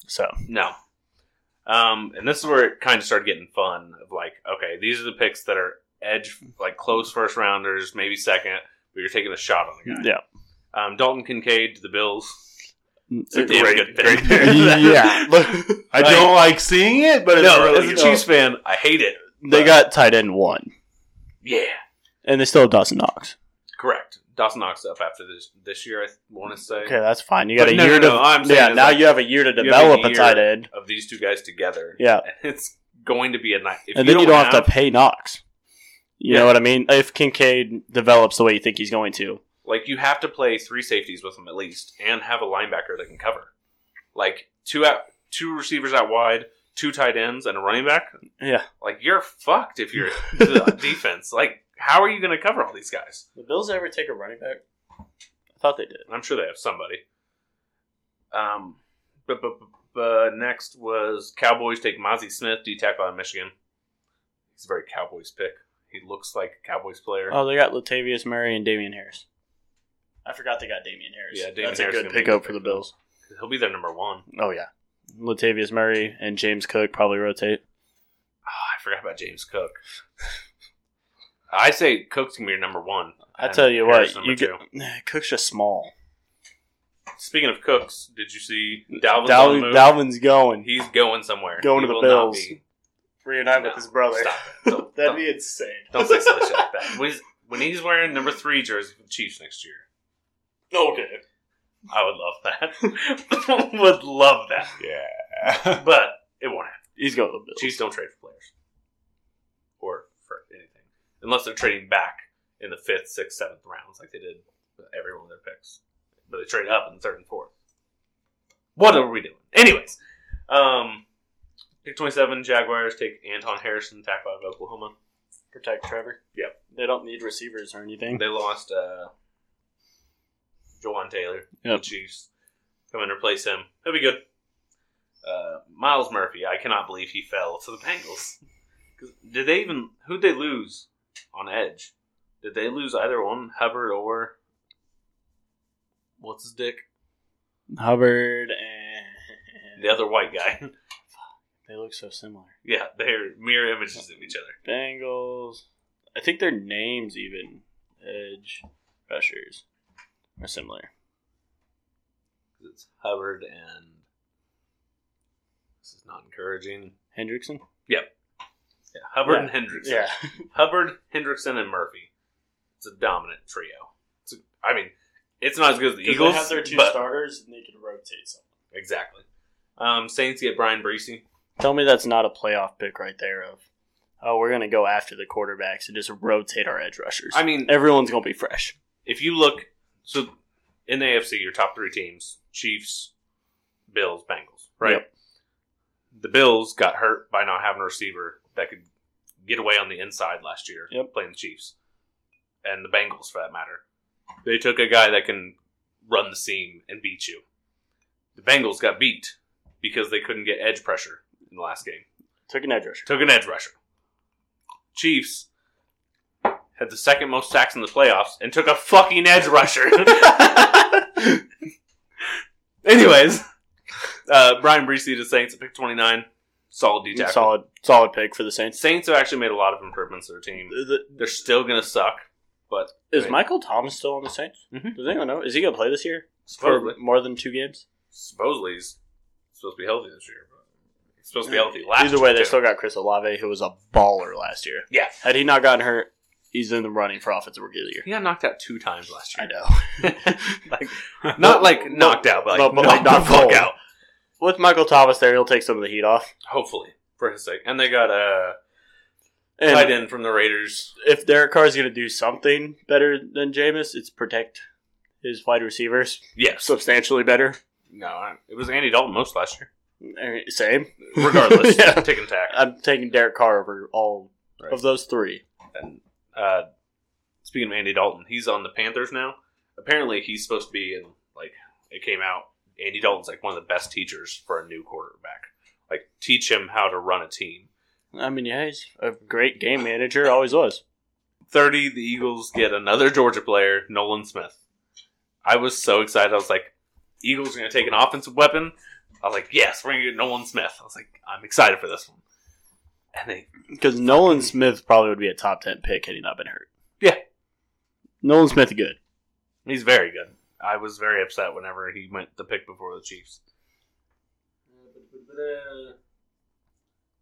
So No. Um, and this is where it kind of started getting fun of like, okay, these are the picks that are edge, like close first rounders, maybe second, but you're taking a shot on the guy. yeah, Um, Dalton Kincaid to the Bills. It's a It- damn great- good pick. great pick. Yeah. I don't like seeing it, but it's no, really as good. a Chiefs fan, I hate it. they got tight end one, Yeah. and they still have Dawson Knox. Correct. Dawson Knox up after this this year. I want to say Okay, that's fine. You got But a no, year no, to no, I'm saying yeah. is Now like- you have a year to have a develop a year. tight end, of these two guys together. Yeah. and it's going to be a night. and then you don't have to pay Knox. You Yeah. know what I mean? If Kincaid develops the way you think he's going to, like you have to play three safeties with them at least, and have a linebacker that can cover. Like two out, two receivers out wide, two tight ends, and a running back. yeah. Like you're fucked if you're the defense. Like how are you going to cover all these guys? The Bills ever take a running back? I thought they did. I'm sure they have somebody. Um, but but, but, but next was Cowboys take Mozzie Smith, D tackle out of Michigan. He's a very Cowboys pick. He looks like a Cowboys player. Oh, they got Latavius Murray and Damian Harris. I forgot they got Damian Harris. Yeah, Damian that's Harris a is good gonna be a pickup good for the pick for them. Bills. He'll be their number one. Oh yeah, Latavius Murray and James Cook probably rotate. Oh, I forgot about James Cook. I say Cook's gonna be your number one. I And tell you Harris what, number you get, two. Nah, Cook's just small. Speaking of Cooks, did you see Dalvin's on the Dalvin, move? Dalvin's going. He's going somewhere. Going He to the will not Bills. be- reunite with his brother. Stop it. Don't, don't, insane. don't say silly shit like that. When he's, when he's wearing number three jersey for the Chiefs next year, okay. I would love that. would love that. Yeah. But it won't happen. He's going to the Bills. Chiefs don't trade for players or for anything unless they're trading back in the fifth, sixth, seventh rounds like they did with every one of their picks. But they trade up in the third and fourth. What are we doing? Anyways, um, pick twenty-seven. Jaguars take Anton Harrison, tackle out of Oklahoma. Protect Trevor. Yep. They don't need receivers or anything. They lost uh, Jawan Taylor. Yep. The Chiefs come and replace him. That'll be good. Uh, Miles Murphy. I cannot believe he fell to the Bengals. 'Cause Did they even? Who would they lose on edge? Did they lose either one, Hubbard or what's his dick? Hubbard and The other white guy. they look so similar. yeah, they're mirror images of each other. Bengals. I think their names even edge rushers are similar. 'Cause It's Hubbard and this is not encouraging. Hendrickson. Yeah, Hubbard Yeah. and Hendricks. Hubbard, Hendrickson, and Murphy. It's a dominant trio. It's a, I mean, it's not as good as the Eagles. but- starters and they can rotate something. Exactly. Um, Saints get Brian Breesy. Tell me that's not a playoff pick right there. Of oh, we're gonna go after the quarterbacks and just rotate our edge rushers. I mean, everyone's gonna be fresh. if you look, so in the AFC, your top three teams: Chiefs, Bills, Bengals. Right. The Bills got hurt by not having a receiver that could get away on the inside last year Yep. playing the Chiefs and the Bengals for that matter. They took a guy that can run the seam and beat you. The Bengals got beat because they couldn't get edge pressure in the last game. Took an edge rusher. Took an edge rusher. Chiefs had the second most sacks in the playoffs and took a fucking edge rusher. Anyways, uh, Brian Brees to the Saints at pick 29. Solid D tackle. Solid, solid pick for the Saints. Saints have actually made a lot of improvements to their team. The- They're still going to suck. the- Mm-hmm. is Right. Michael Thomas still on the Saints? Mhm. Does anyone know? Is he going to play this year Supposedly, for more than two games? supposedly he's supposed to be healthy this year. But he's supposed to be healthy last Either way, year, they too. still got Chris Olave, who was a baller last year. Yeah. Had he not gotten hurt, he's in the running for offensive rookie of the year. He got knocked out two times last I year. know. like, not like knocked out, but like, No, but like knocked not the fuck cold. out. With Michael Thomas there, he'll take some of the heat off. Hopefully, for his sake. And they got a uh, tight And end from the Raiders. if Derek Carr is going to do something better than Jameis, it's protect his wide receivers Yes. substantially better. No, I- it was Andy Dalton most last year. Eh, Same. Regardless, Yeah. tick and tack. I'm taking Derek Carr over all Right. of those three. And uh, speaking of Andy Dalton, he's on the Panthers now. Apparently, he's supposed to be in like it came out. Andy Dalton's like one of the best teachers for a new quarterback. Like teach him how to run a team. I mean, yeah, he's a great game manager, always was. Thirty, the Eagles get another Georgia player, Nolan Smith. I was so excited. I was like, Eagles are going to take an offensive weapon. I was like, yes, we're going to get Nolan Smith. I was like, I'm excited for this one. And they Because Nolan Smith probably would be a top 10 pick had he not been hurt. Yeah. Nolan Smith, good. He's very good. I was very upset whenever he went the pick before the Chiefs.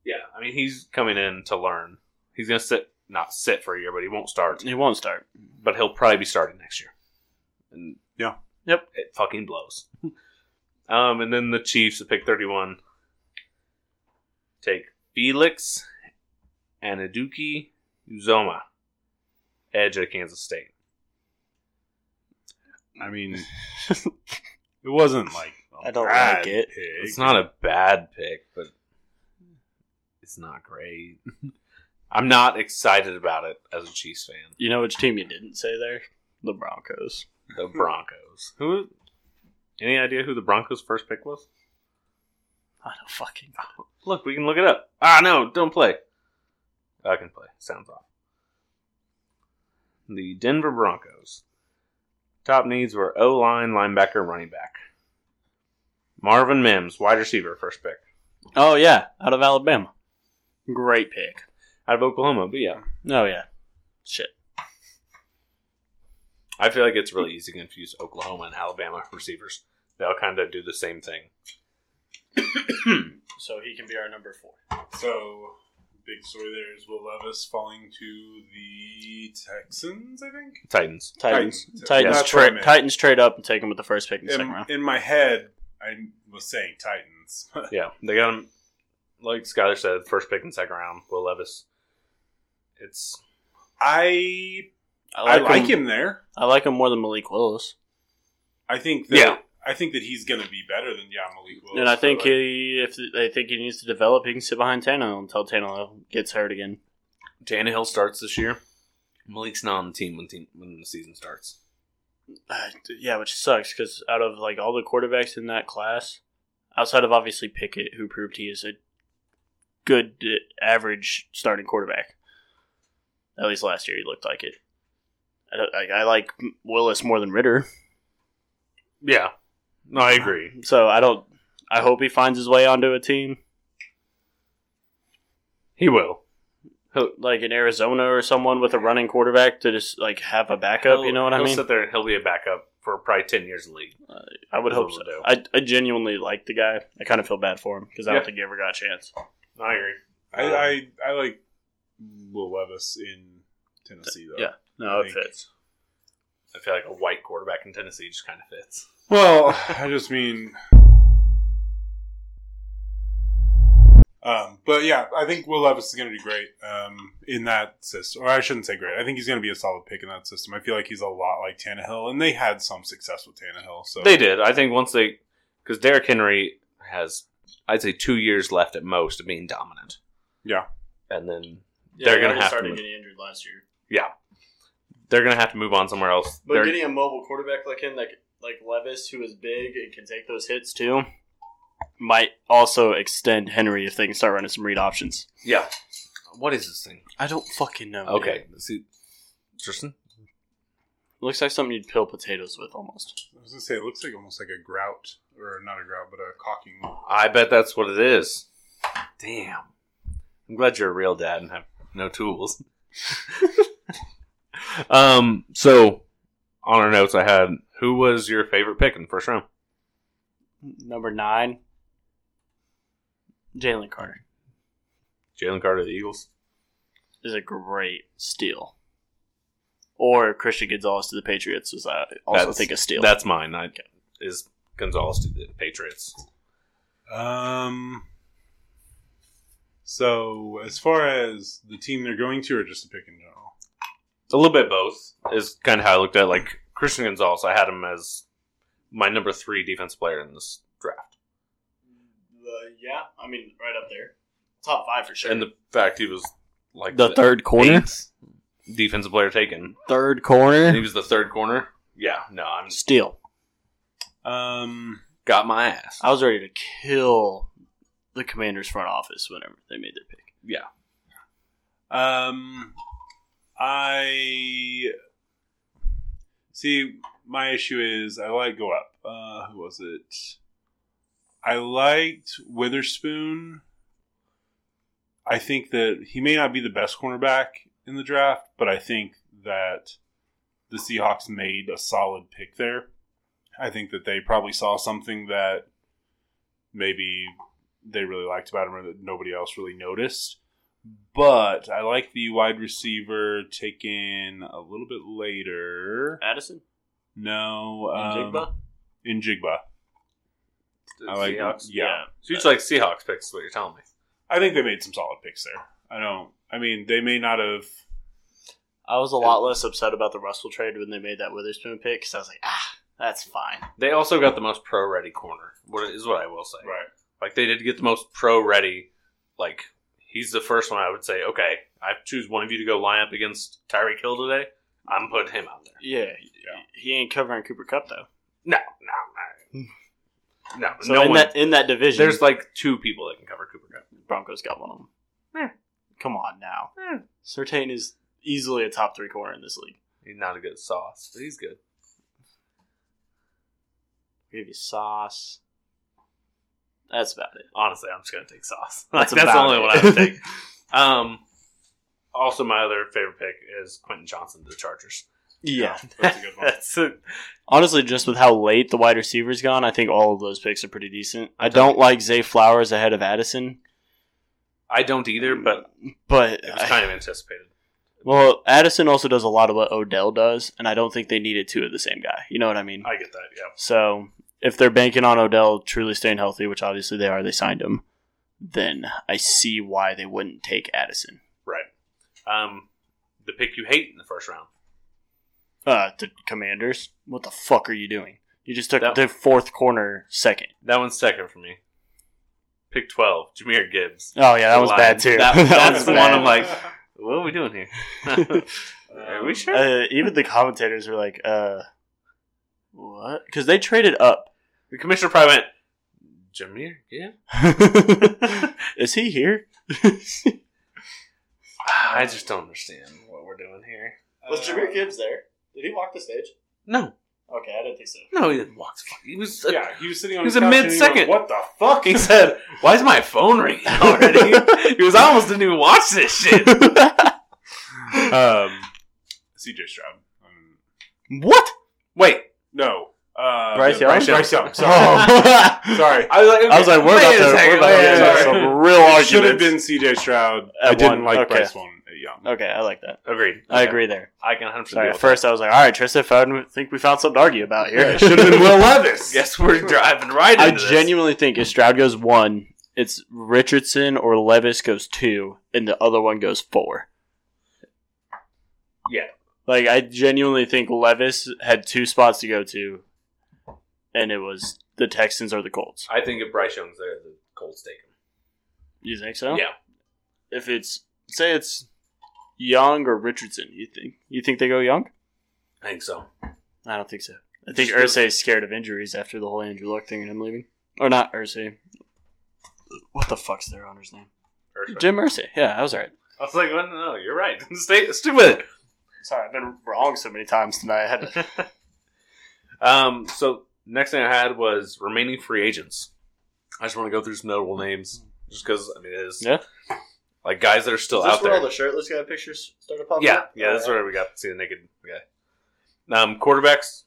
Yeah, I mean he's coming in to learn. He's gonna sit, not sit for a year, but he won't start. He won't start. But he'll probably be starting next year. And Yeah. yep, it fucking blows. um, and then the Chiefs at pick thirty-one take Felix and Aduki Uzoma, edge of Kansas State. I mean, it wasn't like I I don't like it. It's not a bad pick, but it's not great. I'm not excited about it as a Chiefs fan. You know which team you didn't say there? The Broncos. The Broncos. who? Any idea who the Broncos' first pick was? I don't fucking know. Look, we can look it up. Ah, no, don't play. I can play. Sounds off. The Denver Broncos. Top needs were O line, linebacker, running back. Marvin Mims, wide receiver, first pick Oh, yeah. Out of Alabama. Great pick. out of Oklahoma. But yeah, Oh, yeah. Shit. I feel like it's really easy to confuse Oklahoma and Alabama receivers. They all kind of do the same thing. So he can be our number four. So, big story there is Will Levis falling to the Texans, I think? Titans. Titans. Titans. Titans, Yeah, that's what I trade. meant. Titans trade up and take him with the first pick in the second In, round. in my head, I was saying Titans. Yeah, they got them. Like Skyler said, first pick and second round. Will Levis. It's I I I like, like him. him there. I like him more than Malik Willis, I think that Yeah. I think that he's going to be better than yeah, Malik Willis. and I but, think like, he if they think he needs to develop, he can sit behind Tannehill until Tannehill gets hurt again. Tannehill starts this year. Malik's not on the team when, team, when the season starts. Uh, yeah, which sucks because out of like all the quarterbacks in that class, outside of obviously Pickett, who proved he is a good uh, average starting quarterback, at least last year he looked like it. I, don't, I, I like Willis more than Ritter. Yeah, no, I agree. So I don't. I hope he finds his way onto a team He will. like in Arizona or someone with a running quarterback to just like have a backup. You know what I He'll mean? Sit there and he'll be a backup for probably ten years in the league. I would hope so. Overdue. I, I genuinely like the guy. I kind of feel bad for him because I Yeah. don't think he ever got a chance. I agree. I, I I like Will Levis in Tennessee though. Yeah. No, I it think- fits. I feel like a white quarterback in Tennessee just kind of fits. Well, I just mean. Um, but yeah, I think Will Levis is going to do great um, in that system. Or I shouldn't say great. I think he's going to be a solid pick in that system. I feel like he's a lot like Tannehill, and they had some success with Tannehill. So They did. I think once they, because Derrick Henry has, I'd say, two years left at most of being dominant. Yeah. And then They're gonna already have to started move. getting injured last year. They're gonna have to move on somewhere else. But They're- getting a mobile quarterback like him, like like Levis, who is big and can take those hits too, might also extend Henry if they can start running some read options. Yeah. What is this thing? I don't fucking know. Okay. See, Tristan. looks like something you'd peel potatoes with almost. I was gonna say it looks like almost like a grout or not a grout, but a caulking. I bet that's what it is. Damn. I'm glad you're a real dad and have no tools. um. So, on our notes, I had who was your favorite pick in the first round? Number nine, Jalen Carter Jalen Carter, of the Eagles. is a great steal. Or Christian Gonzalez to the Patriots is I also That's- think a steal. That's mine. I, is Gonzalez to the Patriots? Um. So as far as the team they're going to, or just a pick in general, A little bit both is kind of how I looked at. it. Like Christian Gonzalez, I had him as my number three defense player in this draft, Uh, yeah, I mean right up there, top five for sure. and the fact he was like the third corner, eighth defensive player taken, and third he corner, was the third corner. Yeah, no, I'm steal. um, got my ass. I was ready to kill the commander's front office whenever they made their pick. yeah, Um, I see. My issue is I like go up. Uh, who was it? I liked Witherspoon. I think that he may not be the best cornerback in the draft, but I think that the Seahawks made a solid pick there. I think that they probably saw something that maybe they really liked about him or that nobody else really noticed. But I like the wide receiver taken a little bit later. Addison, No, um, in Jigba. I like Seahawks. Yeah. So you just like Seahawks picks, is what you're telling me. I think they made some solid picks there. I don't. I mean, they may not have. I was a lot less upset about the Russell trade when they made that Witherspoon pick because I was like, ah, that's fine. They also got the most pro-ready corner. What is what I will say. Right. Like they did get the most pro ready. Like he's the first one I would say, okay, I choose one of you to go line up against Tyreek Hill today. I'm putting him out there. Yeah, he ain't covering Cooper Cup though. No, no, Hmm. no, no. So no in one. that in that division, there's like two people that can cover Cooper Cup. Broncos got one of them. Come on now, Sertain is easily a top three corner in this league. He's not a good sauce, but he's good. We give you Sauce. That's about it. Honestly, I'm just gonna take sauce. Like, That's that's the about only it. one I would take. um. Also, my other favorite pick is Quentin Johnson to the Chargers. Yeah. That's a good one. That's it. Honestly, just with how late the wide receiver's gone, I think all of those picks are pretty decent. I don't like Zay Flowers ahead of Addison, I don't either, but but it was kind of anticipated. well, Addison also does a lot of what Odell does, and I don't think they needed two of the same guy. You know what I mean? I get that. Yeah. So if they're banking on Odell truly staying healthy, which obviously they are, they signed him. Then I see why they wouldn't take Addison. Right. Um, the pick you hate in the first round. Uh, the Commanders. What the fuck are you doing? You just took That- the fourth corner second. That one's second for me. Pick twelve, Jameer Gibbs. Oh yeah, that was Lions. bad too. That- That that's was the bad. one I'm like, what are we doing here? Um, are we sure? uh, even the commentators were like, uh, what? Because they traded up. the commissioner probably went, Jameer Gibbs. Is he here? I just don't understand what we're doing here. Uh, Gibbs there? Did he walk the stage? No, Okay, I didn't think so. no, he didn't walk. the fuck- He was. A, Yeah, he was sitting on. He was his a couch and he mid-second. went, What the fuck? He said, "Why is my phone ringing already?" he was I almost didn't even watch this shit. um, C.J. Stroud. Um, What? Wait, no, uh, Bryce the- Young? Bryce Young. Sorry. Oh. Sorry. I was like, I was like, we're about wait a to, we're second, about to wait a get into sorry. second. some real It should have arguments. been C.J. Stroud. At I didn't one, like okay. Bryce one at Young. Okay, I like that. Agreed. I Okay. agree there. I can 100 Sorry, at first I was like, all right, Tristan, I don't think we found something to argue about here. Yeah, it should have been Will Levis. Guess we're driving right into I this. genuinely think if Stroud goes one, it's Richardson or Levis goes two, and the other one goes four. Yeah. Like I genuinely think Levis had two spots to go to, and it was the Texans or the Colts. I think if Bryce Young's there, the Colts take him. You think so? Yeah. If it's say it's Young or Richardson? You think you think they go Young? I think so. I don't think so. I think Ursay is scared of injuries after the whole Andrew Luck thing and him leaving. Or not Ursay. What the fuck's their owner's name? Perfect. Jim Ursay. Yeah, I was right. I was like, well, no, you're right. Stay, stick with it. Sorry, I've been wrong so many times tonight. I had to Um, so next thing I had was remaining free agents. I just want to go through some notable names, just because I mean it is Yeah. like guys that are still out there. shirtless guy pictures started popping yeah, yeah, that's where we got to see the naked guy. Um, quarterbacks: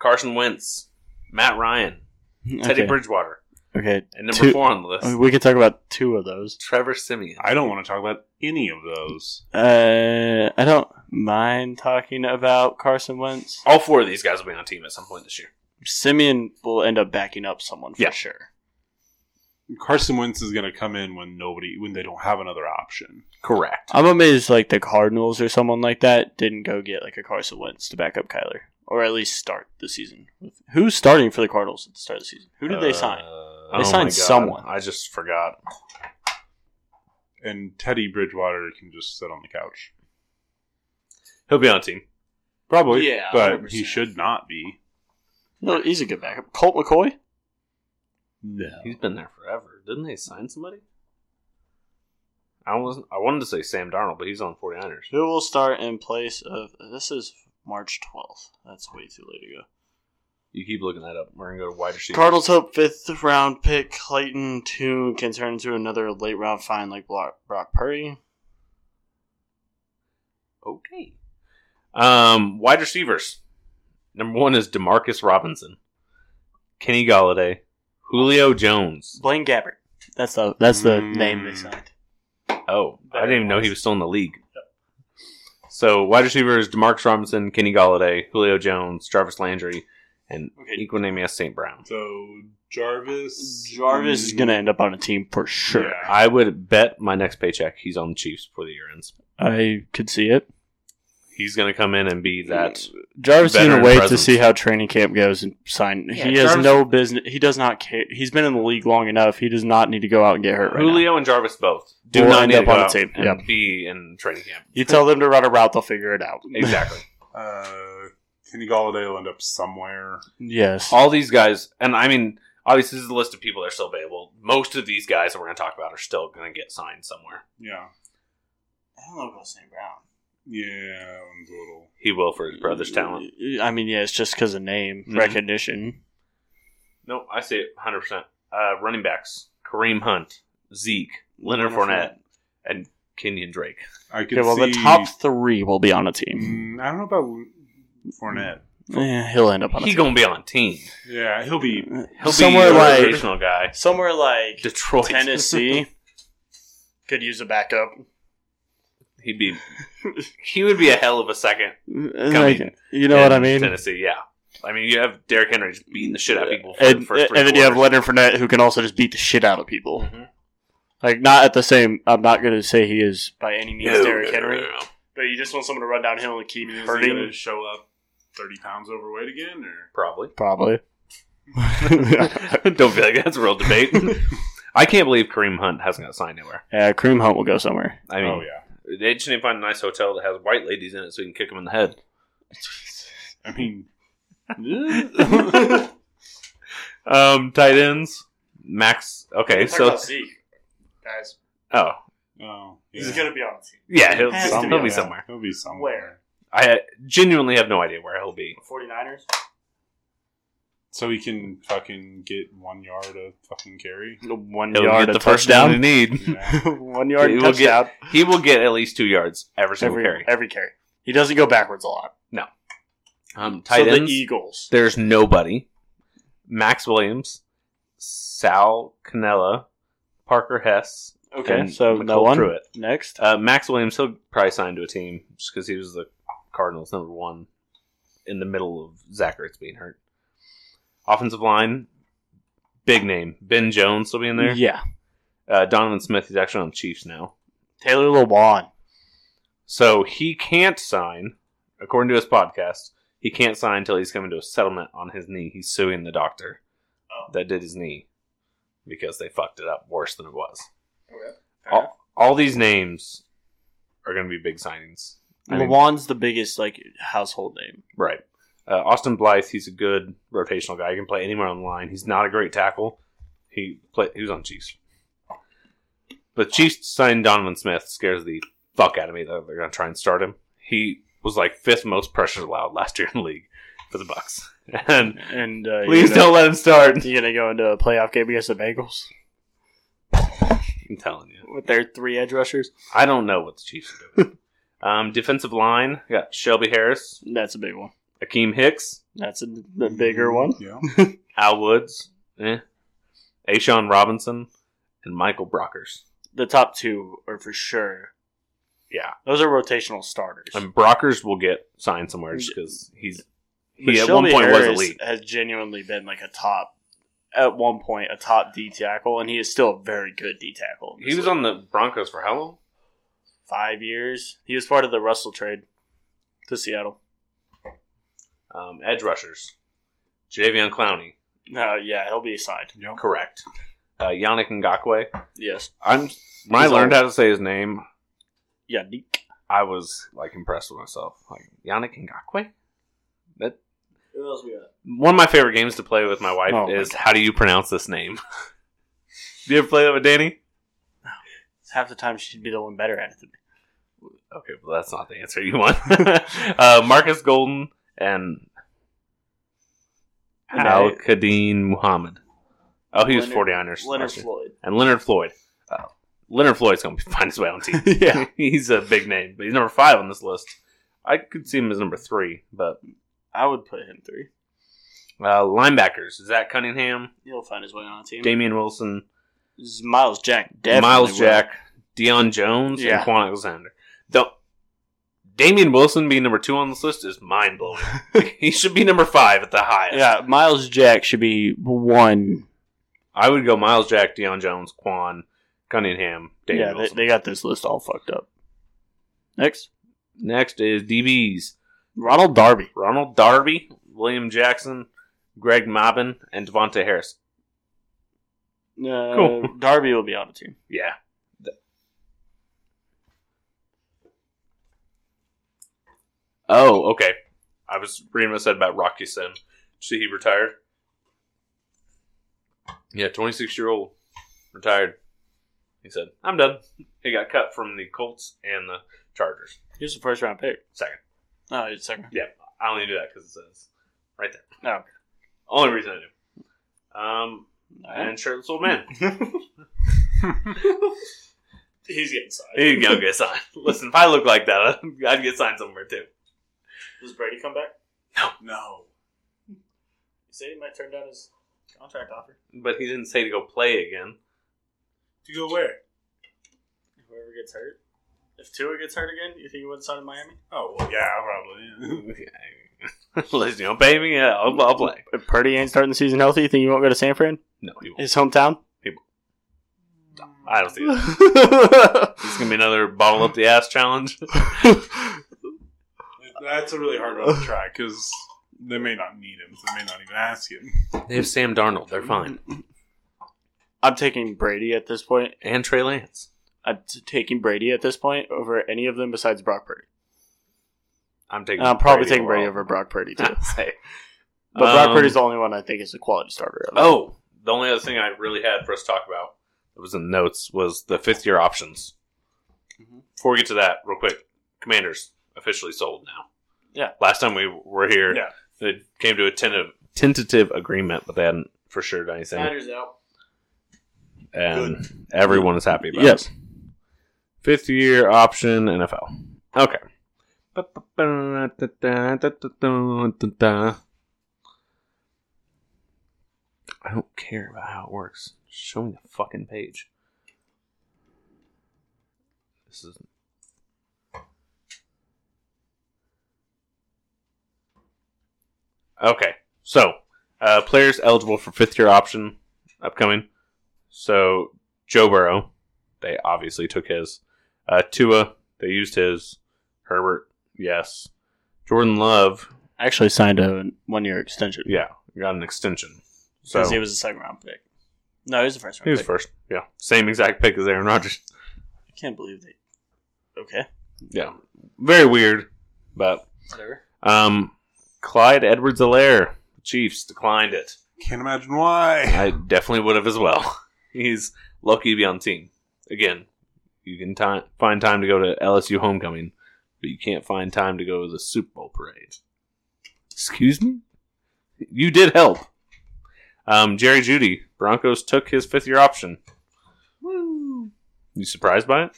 Carson Wentz, Matt Ryan, Teddy okay. Bridgewater, okay, and number Two- four on the list, I mean, we could talk about two of those. Trevor Simeon. I don't want to talk about any of those. Uh, I don't mind talking about Carson Wentz. All four of these guys will be on team at some point this year. Simeon will end up backing up someone for Yeah. sure. Carson Wentz is going to come in when nobody, when they don't have another option. Correct. I'm amazed like the Cardinals or someone like that didn't go get like a Carson Wentz to back up Kyler or at least start the season. Who's starting for the Cardinals at the start of the season? Who did Uh, they sign? They signed someone. oh I just forgot. And Teddy Bridgewater can just sit on the couch. He'll be on team. Probably. Yeah, But 100%. he should not be. No, he's a good backup. Colt McCoy? No. He's been there forever. Didn't they sign somebody? I wasn't. I wanted to say Sam Darnold, but he's on 49ers. Who will start in place of this is March 12th. That's way too late ago. You keep looking that up. We're gonna go to wide receiver. Cardinals hope fifth round pick Clayton Toon can turn into another late round find like Brock, Brock Purdy. Okay. Um, wide receivers. Number one is Demarcus Robinson, Kenny Galladay, Julio Jones. Blaine Gabbert. That's the that's the Mm. name they signed. Oh, I didn't even know he was still in the league. So wide receivers: Demarcus Robinson, Kenny Galladay, Julio Jones, Jarvis Landry, and Okay. Equinemius St. Brown. So Jarvis. Jarvis is gonna end up on a team for sure. Yeah. I would bet my next paycheck he's on the Chiefs before the year ends. I could see it. He's going to come in and be that. Jarvis is gonna Veteran wait to presence. see how training camp goes and sign. Yeah, he has Jarvis- no business. He does not care. He's been in the league long enough. He does not need to go out and get hurt right now. Julio and Jarvis both do Will not end need up to go on the out team. and Yep. be in training camp. You tell them to run a route, they'll figure it out. Exactly. Uh, Kenny Galladay will end up somewhere. yes. All these guys, and I mean, obviously this is a list of people that are still available. Most of these guys that we're going to talk about are still going to get signed somewhere. Yeah. I don't know about St. Brown. Yeah, that one's a little. He will for his brother's talent. I mean, yeah, it's just because of name Mhm. recognition. No, I see it 100%. Uh, running backs Kareem Hunt, Zeke, Leonard Fournette, and Kenyon Drake. I could Okay, well, the see- top three will be on a team. Mm, I don't know about Fournette. Eh, he'll end up on a He's team. Eh, going to be on team. Yeah, he'll be. He'll somewhere be a like rotational guy. somewhere like Detroit. Tennessee could use a backup. He'd be he would be a hell of a second. Mm, Like, you know in what I mean? Uh, Tennessee, yeah. I mean, you have Derrick Henry just beating the shit out of people. For And, the first three and then you have quarters. Leonard Fournette, who can also just beat the shit out of people. Mhm. Like, not at the same. I'm not going to say he is by any means No, Derrick no, no, Henry, no, no. but you just want someone to run downhill and keep Is he hurting. gonna show up thirty pounds overweight again, or Probably. Probably. Don't feel like that's a real debate. I can't believe Kareem Hunt hasn't got signed anywhere. yeah, Kareem Hunt will go somewhere. I mean, oh yeah. they just need to find a nice hotel that has white ladies in it so we can kick them in the head. I mean, oh, um, tight ends, Max. Okay, so Zeke, guys, oh oh, to be on the team. yeah, he'll, Has to be he'll on be that. somewhere. He'll be somewhere. Where? I uh, genuinely have no idea where he'll be. 49ers? So he can fucking get one yard of fucking carry. One He'll yard get of the first down we touchdown. need. Yeah. One yard He will get touchdown. He will get at least two yards every single every, carry. every carry. He doesn't go backwards a lot. Um, tight so ends. the E Eagles. there's nobody. Max Williams, Sal Canella, Parker Hess. Okay, and so no Nicole one. Pruitt. Next. Uh, Max Williams, he'll probably sign to a team just because he was the Cardinals' number one in the middle of Zach Ertz being hurt. Offensive line, big name. Ben Jones will be in there. Yeah. Uh, Donovan Smith, he's actually on the Chiefs now. Taylor Lewan. So he can't sign, according to his podcast, he can't sign until he's coming to a settlement on his knee. He's suing the doctor that did his knee because they fucked it up worse than it was. Okay. All, all these names are going to be big signings. I mean- Lawan's the biggest like household name. Right. Uh, Austin Blythe, he's a good rotational guy. He can play anywhere on the line. He's not a great tackle. He play, he was on Chiefs. But Chiefs signed Donovan Smith scares the fuck out of me that they're going to try and start him. He was like fifth most pressures allowed last year in the league for the Bucks. And And uh, please you're gonna, don't let him start. You're gonna go into a playoff game against the Bengals I'm telling you. with their three edge rushers. I don't know what the Chiefs are doing. um, defensive line, we got Shelby Harris, That's a big one. Akeem Hicks, That's a, the bigger one. Mm-hmm. Yeah. Al Woods, eh, Ashawn Robinson, and Michael Brockers. The top two are for sure. Yeah. Those are rotational starters. And Brockers will get signed somewhere just because he's But he at one Shelby point Harris was elite. Has genuinely been like a top, at one point a top D tackle, and he is still a very good D tackle. He was on the Broncos for how long? five years. He was part of the Russell trade to Seattle. Um, edge rushers, Javion Clowney, No, yeah, he'll be signed. Yep. correct. Uh, Yannick Ngakwe. Yes, I'm when I He's learned how old. to say his name, yeah, Nick. I was like impressed with myself. Like Yannick Ngakwe. That Who else we got? one of my favorite games to play with my wife Oh my is how do you pronounce this name? Do you ever play that with Danny? Half the time she'd be the one better at it than me. Okay, well that's not the answer you want. uh, Marcus Golden and And Al I- Qadin Muhammad. Oh, he was Leonard- 49ers. Leonard last year. Floyd. Oh. and Leonard Floyd. Uh, Leonard Floyd's going to find his way on team. yeah, he's a big name, but he's number five on this list. I could see him as number three, but I would put him three. uh, linebackers: Zach Cunningham, He'll find his way on a team. Damian Wilson, Z- Miles Jack, definitely Miles will. Jack, Deion Jones, Yeah. and Quan Alexander. Don't. Damian Wilson being number two on this list is mind blowing. he should be number five at the highest. Yeah, Miles Jack should be one. I would go Miles Jack, Deion Jones, Quan, Cunningham, Damian yeah, they, Wilson. they got this list all fucked up. Next, Next is DBs. Ronald Darby. Ronald Darby, William Jackson, Greg Maubin, and Devontae Harris. Uh, Cool. Darby will be on a team. Yeah. Th- Oh, okay. I was reading what it said about Rocky Sim. See, he retired. Yeah, 26 year old retired. He said, I'm done. He got cut from the Colts and the Chargers. He was a first round pick. Second. No, he's second. I only do that because it says right there. No, okay. Only reason I do. Um, and shirtless old man. he's getting signed. There you go, get signed. Listen, if I look like that, I'd get signed somewhere too. Does Brady come back? No. You say he might turn down his contract offer. But he didn't say to go play again. To go where? Whoever gets hurt. If Tua gets hurt again, you think he wouldn't sign in Miami? Oh, well, yeah, probably. Listen, you don't pay me, yeah, I'll, I'll play. If Purdy ain't starting the season healthy, you think he won't go to San Fran? No, he won't. His hometown? I don't see it. It's gonna be another bottle up the ass challenge. That's a really hard one to try because they may not need him. So they may not even ask him. They have Sam Darnold. They're fine. I'm taking Brady at this point. And Trey Lance. I'm t- taking Brady at this point over any of them besides Brock Purdy. I'm taking. And I'm probably taking overall. Brady over Brock Purdy too. I'd say. But Brock Um, Purdy's the only one I think is a quality starter. of it. Oh, the only other thing I really had for us to talk about that was in notes was the fifth year options. Mhm. Before we get to that, real quick, Commanders officially sold now. Yeah. Last time we were here, Yeah. they came to a tentative tentative agreement, but they hadn't for sure done anything. out. and everyone is happy about Yes. it. Fifth year option NFL. Okay. I don't care about how it works. Show me the fucking page. This is Okay. So, uh, players eligible for fifth year option upcoming. So Joe Burrow, they obviously took his. Uh, Tua, they used his. Herbert, yes. Jordan Love, Actually signed a one year extension. yeah, got an extension. So Because he was a second round pick. No, he was the first round he was pick. first. Yeah, same exact pick as Aaron Rodgers. I can't believe they Okay. Very weird, but Whatever. um, Clyde edwards alaire Chiefs declined it. Can't imagine why. I Definitely would have as well. He's lucky to be on the team. Again, you can ti find time to go to LSU homecoming, but you can't find time to go to the Super Bowl parade. Excuse me? You did help. Um, Jerry Judy, Broncos took his fifth year option. You surprised by it?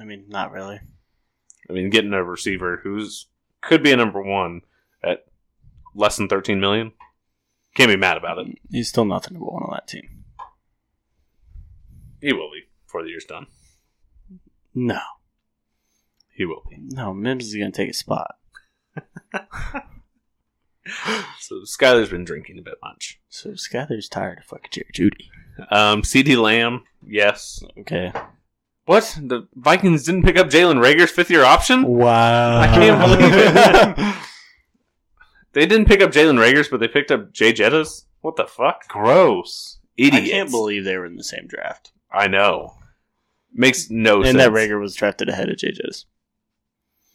I mean, not really. I mean, getting a receiver who's could be a number one at less than thirteen million. Can't be mad about it. He's still not the number one on that team. He will be before the year's done. No, He will be. no, Mims is gonna take his spot. So Skyler's been drinking a bit much. So Skyler's tired of fucking Jerry Judy. Um, C.D. Lamb, yes. Okay. What? The Vikings didn't pick up Jalen Rager's fifth year option? Uh, Wow. I can't believe it. they didn't pick up Jalen Rager's, but they picked up Jay Jettas. What the fuck? Gross. Idiots. I can't believe they were in the same draft. I know. Makes no sense. and that Rager was drafted ahead of JJ's.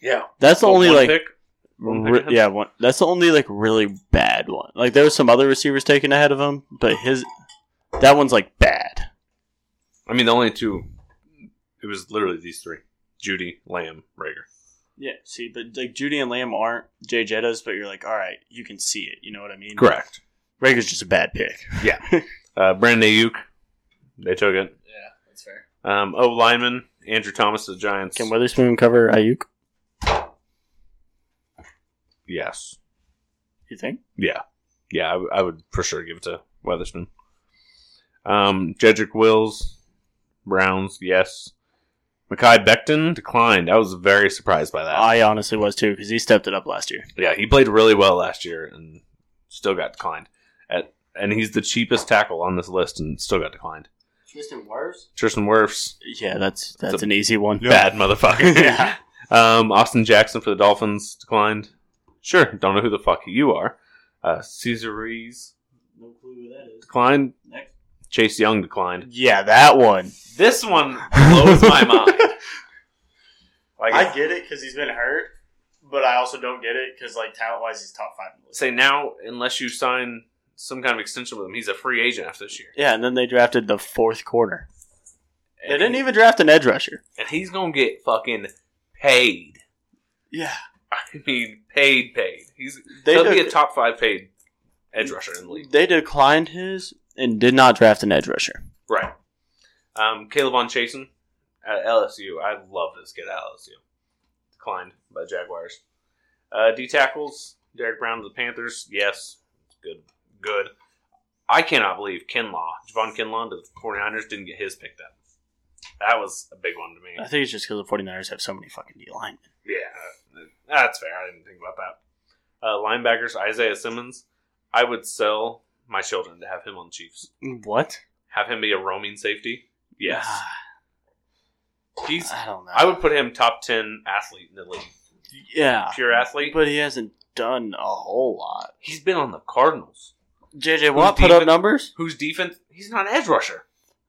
Yeah. That's the Well, only one like pick, one pick re- ahead. yeah, one, that's the only like really bad one. Like there was some other receivers taken ahead of him, but his that one's like bad. I mean, the only two. It was literally these three: Judy, Lamb, Rager. Yeah, see, but like Judy and Lamb aren't Jay Jettas, but you're like, all right, you can see it. You know what I mean? Correct. Rager's just a bad pick. Uh, Brandon Ayuk. They took it. Yeah, that's fair. Um, oh, lineman. Andrew Thomas, the Giants. Can Witherspoon cover Ayuk? yes. You think? Yeah. Yeah, I, w- I would for sure give it to Weatherspoon. Um, Jedrick Wills, Browns, yes. Makai Becton declined. I was very surprised by that. I honestly was too because he stepped it up last year. yeah, he played really well last year and still got declined. At, and he's the cheapest tackle on this list and still got declined. Tristan Wirfs. Tristan Wirfs, Yeah, that's that's It's a- an easy one. Yeah. bad motherfucker. yeah. Um, Austin Jackson for the Dolphins declined. Sure, don't know who the fuck you are. Uh, Caesar Reese No clue who that is. declined. Next. Chase Young declined. Yeah, that one. This one blows my mind. Like, I get it because he's been hurt, but I also don't get it because like talent wise, he's top five in the list. say now, unless you sign some kind of extension with him, he's a free agent after this year. Yeah, and then they drafted the fourth corner. They And- didn't even draft an edge rusher. and he's gonna get fucking paid. Yeah, I mean, paid, paid. He's they he'll be dec- a top five paid edge rusher in the league, they declined his and did not draft an edge rusher. right? Um, Caleb on Chasen at LSU. I love this kid at LSU. Declined by Jaguars. Uh, D tackles Derek Brown to the Panthers. Yes, good, good. I cannot believe Kinlaw, Javon Kinlaw to the 49ers didn't get his picked up. That was a big one to me. I think it's just because the 49ers have so many fucking D linemen. Yeah, that's fair. I didn't think about that. Uh, linebackers Isaiah Simmons. I would sell my children to have him on the Chiefs. What? Have him be a roaming safety. Yes, he's. Ah, I don't know. I would put him top ten athlete in the league. yeah, Pure athlete. Uh, but he hasn't done a whole lot. He's been on the Cardinals, JJ Watt Who's put up defense- numbers. whose defense. He's not an edge rusher.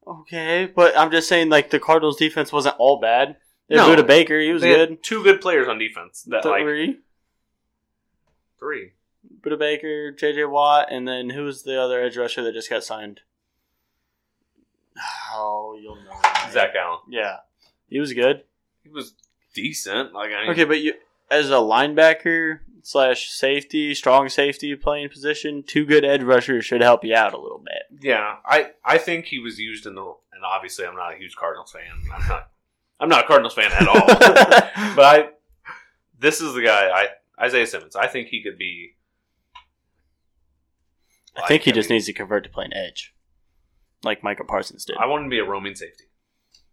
Okay, but I'm just saying like the Cardinals defense wasn't all bad. They No. no, Buda Baker, he was They had good. Two good players on defense. That like Three. three. Buda Baker, JJ Watt, and then who was the other edge rusher that just got signed? Oh, you'll know. Zach Allen. Yeah. He was good. He was decent. Like I mean, Okay, but you as a linebacker slash safety, strong safety playing position, two good edge rushers should help you out a little bit. Yeah, I I think he was used in the and obviously I'm not a huge Cardinals fan. I'm not I'm not a Cardinals fan at all. but I this is the guy I Isaiah Simmons. I think he could be I think he Like, I just mean- needs to convert to playing edge. Like Micah Parsons did. I want him to be a roaming safety.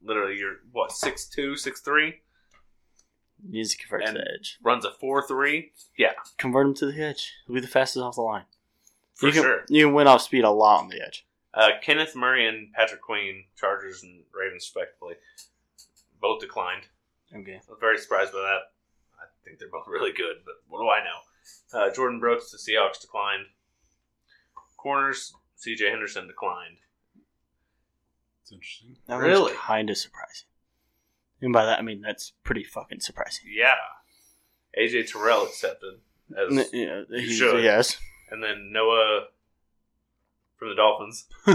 Literally you're what, six two, six three? He needs to convert to And- the edge. Runs a four three. Yeah, Convert him to the edge. He'll be the fastest off the line. for you can, sure. You can win off speed a lot on the edge. Uh, Kenneth Murray and Patrick Queen, Chargers and Ravens respectively, both declined. Okay. I was very surprised by that. I think they're both really good, but what do I know? Uh, Jordan Brooks, the Seahawks declined. Corners, C.J. Henderson declined. It's interesting. That Really? was kind of surprising. And by that I mean that's pretty fucking surprising. Yeah. AJ Terrell accepted. N- As, Yeah, he- should. Yes. and then Noah from the Dolphins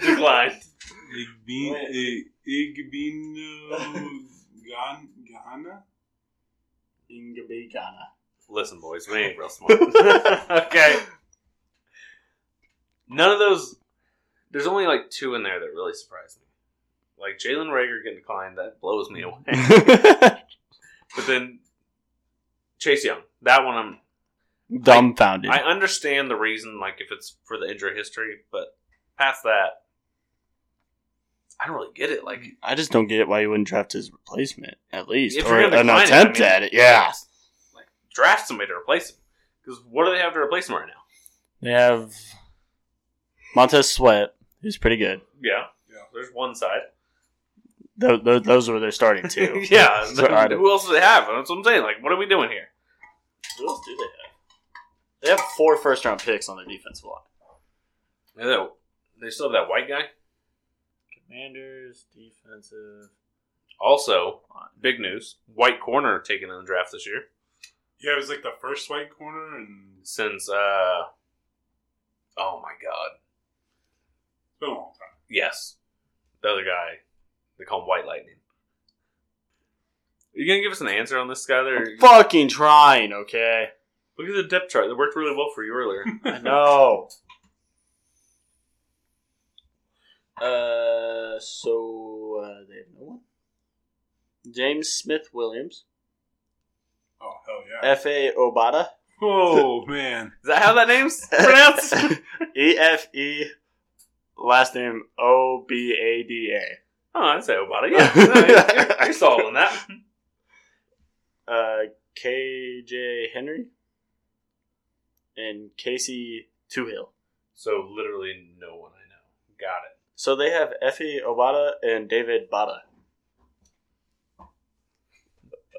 declined. Igbin, Igbino Gan, Ghana? Listen, boys, we ain't real smart. okay. None of those. There's only like two in there that really surprised me. Like Jalen Rager getting declined, that blows me away. But then Chase Young, that one I'm Dumbfounded. I understand the reason, like if it's for the injury history, but past that, I don't really get it. Like I just don't get why you wouldn't draft his replacement at least, If or you're gonna an decline it, I attempt mean- at it. Yeah, like draft somebody to replace him because what do they have to replace him right now? they have Montez Sweat, who's pretty good. Yeah, Yeah. There's one side. Those, those, those were their starting two. yeah, So I don't- who else do they have? That's what I'm saying. Like, what are we doing here? Who else do they have? They have four first round picks on their defensive line. They know- They still have that white guy. Commanders defensive. Also, big news: white corner taken in the draft this year Yeah, it was like the first white corner and it's since. uh Oh my god! been a long time. Yes, the other guy. They call him White Lightning. Are you gonna give us an answer on this guy? There, look Fucking trying, okay. at the depth chart. That worked really well for you earlier. I know. Uh, so uh, they have no one. James Smith Williams, Oh, hell yeah. F. A. Obata, Oh, man. Is that how that name's pronounced? E. F. E. Last name O. B. A. D. A. oh, I'd say Obata. Yeah, no, you're, you're, you're solid on that. Uh, K. J. Henry, and Casey Tuhill. So literally no one I know. Got it. So they have Effie Obata and David Bata.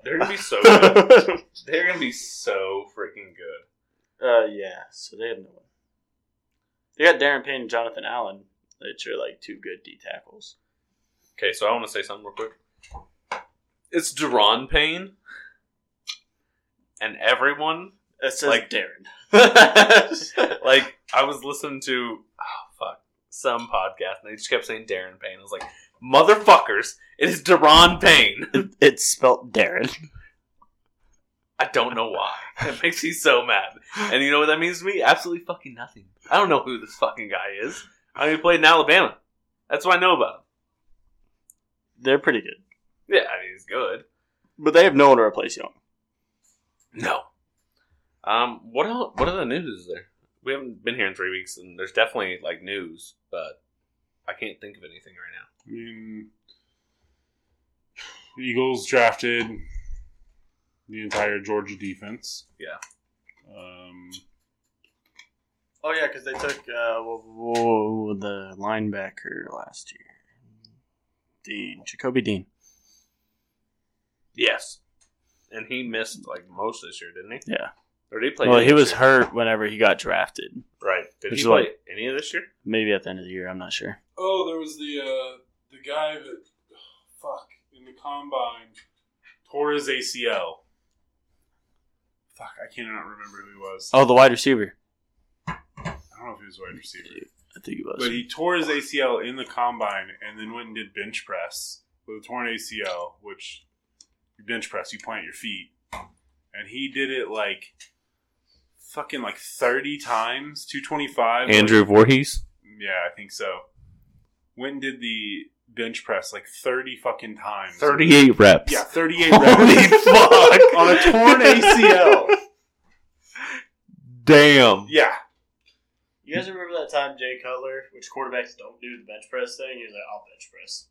They're gonna be so good. uh, They're gonna be so freaking good. yeah. So they have no one. They got Darren Payne and Jonathan Allen, which are like two good D tackles. Okay, so I want to say something real quick. It's Duron Payne, and everyone It says Like- Darren. like I was listening to oh fuck some podcast, and they just kept saying Darren Payne. I was like, motherfuckers, it is Duron Payne. It's spelt Darren. I don't know why. It makes me so mad. And you know what that means to me? Absolutely fucking nothing. I don't know who this fucking guy is. I mean, he played in Alabama. That's what I know about him. They're pretty good, Yeah, I mean, he's good. but they have no one to replace Young. No. Um, what else, what other news is there? We haven't been here in three weeks, and there's definitely like news, but I can't think of anything right now. I mean, Eagles drafted the entire Georgia defense. Yeah. Um, Oh yeah, because they took uh, whoa, whoa, the linebacker last year, Dean Jacoby Dean. Yes. And he missed like most this year, didn't he? Yeah. Or did he play? Well, any he this was year? hurt whenever he got drafted. right. Did which he is play like- any of this year? Maybe at the end of the year, I'm not sure. Oh, there was the uh, the guy that fuck in the combine tore his ACL. Fuck, I cannot remember who he was. Oh, the wide receiver. I don't know if he was a wide receiver, I think it was. but he tore his ACL in the combine and then went and did bench press with a torn ACL, which you bench press, you plant your feet, and he did it like fucking like thirty times, two twenty five. Voorhees. Yeah, I think so. When did the bench press like thirty fucking times? Thirty-eight reps. Yeah, thirty-eight reps fuck! on a torn ACL. Damn. Yeah, You guys remember that time Jay Cutler, which quarterbacks don't do the bench press thing? He was like, "I'll bench press,"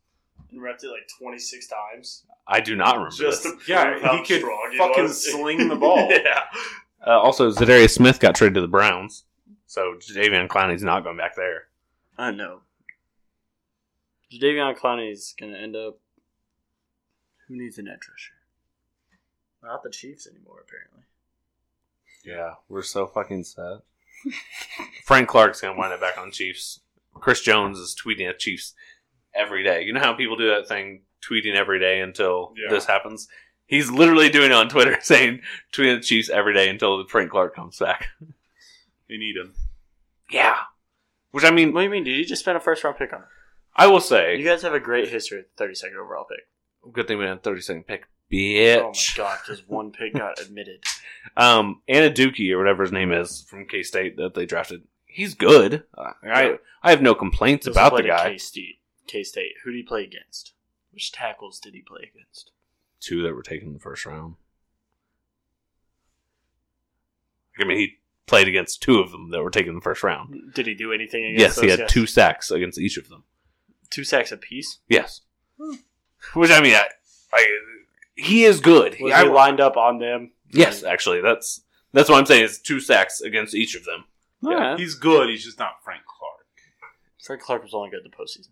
and repped it like twenty six times. I do not remember. Just this. to yeah, prove how he could strong he fucking was. sling the ball. yeah, Uh, also, Zadarius Smith got traded to the Browns, so Jadavion Clowney's not going back there. I know. Jadavion Clowney's gonna end up. Who needs an edge rusher? Not the Chiefs anymore, apparently. Yeah, we're so fucking sad. Frank Clark's going to wind up back on Chiefs. Chris Jones is tweeting at Chiefs. every day. You know how people do that thing, tweeting every day until Yeah. this happens. He's literally doing it on Twitter, saying tweeting the Chiefs every day until Frank Clark comes back. They need him. Yeah, which I mean, What do you mean, dude? You just spent a first round pick on him. I will say, You guys have a great history with the 32nd overall pick. good thing we had a thirty second pick, Oh my bitch. god, because one pick got admitted. um, Anaduki or whatever his name is from K State that they drafted. He's good. Uh, I I have no complaints Doesn't about play the to guy. K-State. K-State. Who did he play against? Which tackles did he play against? two that were taken in the first round. I mean, he played against two of them that were taken in the first round. Did he do anything against? Yes, he those had guys? two sacks against each of them. two sacks apiece. Yes, which I mean, I, I he is good. Was I- he lined up on them? yes, actually, that's that's what I'm saying is two sacks against each of them. Yeah. He's good. He's just not Frank Clark. Frank Clark was only good in the postseason.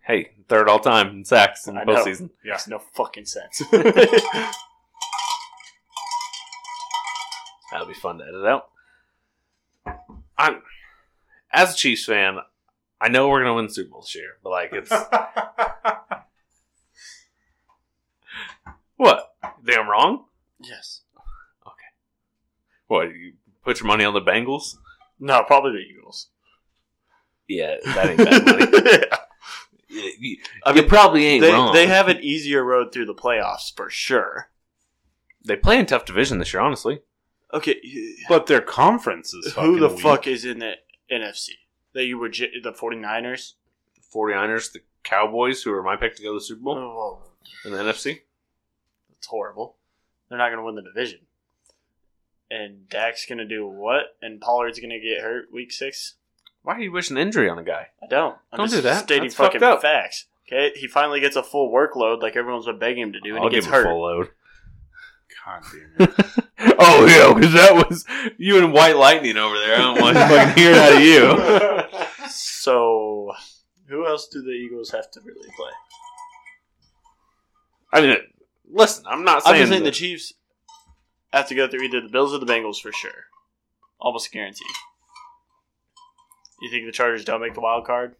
Hey, third all time in sacks in the I know. postseason. Yeah. Makes no fucking sense. That'll be fun to edit out. I'm as a Chiefs fan, I know we're gonna win the Super Bowl this year, but like it's what? Think I'm wrong? yes. What you put your money on the Bengals? No, probably the Eagles. Yeah, that ain't bad money. you, you- you probably ain't they, wrong. they have an easier road through the playoffs for sure. They play in tough division this year, honestly. Okay, But their conference is who fucking the weak. fuck is in the NFC? That you were j- the 49ers? 49ers, the Cowboys, who are my pick to go to the Super Bowl Oh, in the NFC. that's horrible. They're not going to win the division. And Dak's going to do what? And Pollard's going to get hurt week six? Why are you wishing injury on a guy? I don't. I'm Don't just do that. Stating That's fucking fucked up. facts. Okay, he finally gets a full workload like everyone's been begging him to do, and I'll he gets give him a hurt. full load. God damn it. Oh yeah, because that was you and White Lightning over there. I don't want to fucking hear that of you. So, who else do the Eagles have to really play? I mean, listen, I'm not I'm saying, just saying the Chiefs have to go through either the Bills or the Bengals for sure, almost guaranteed. You think the Chargers don't make the wild card?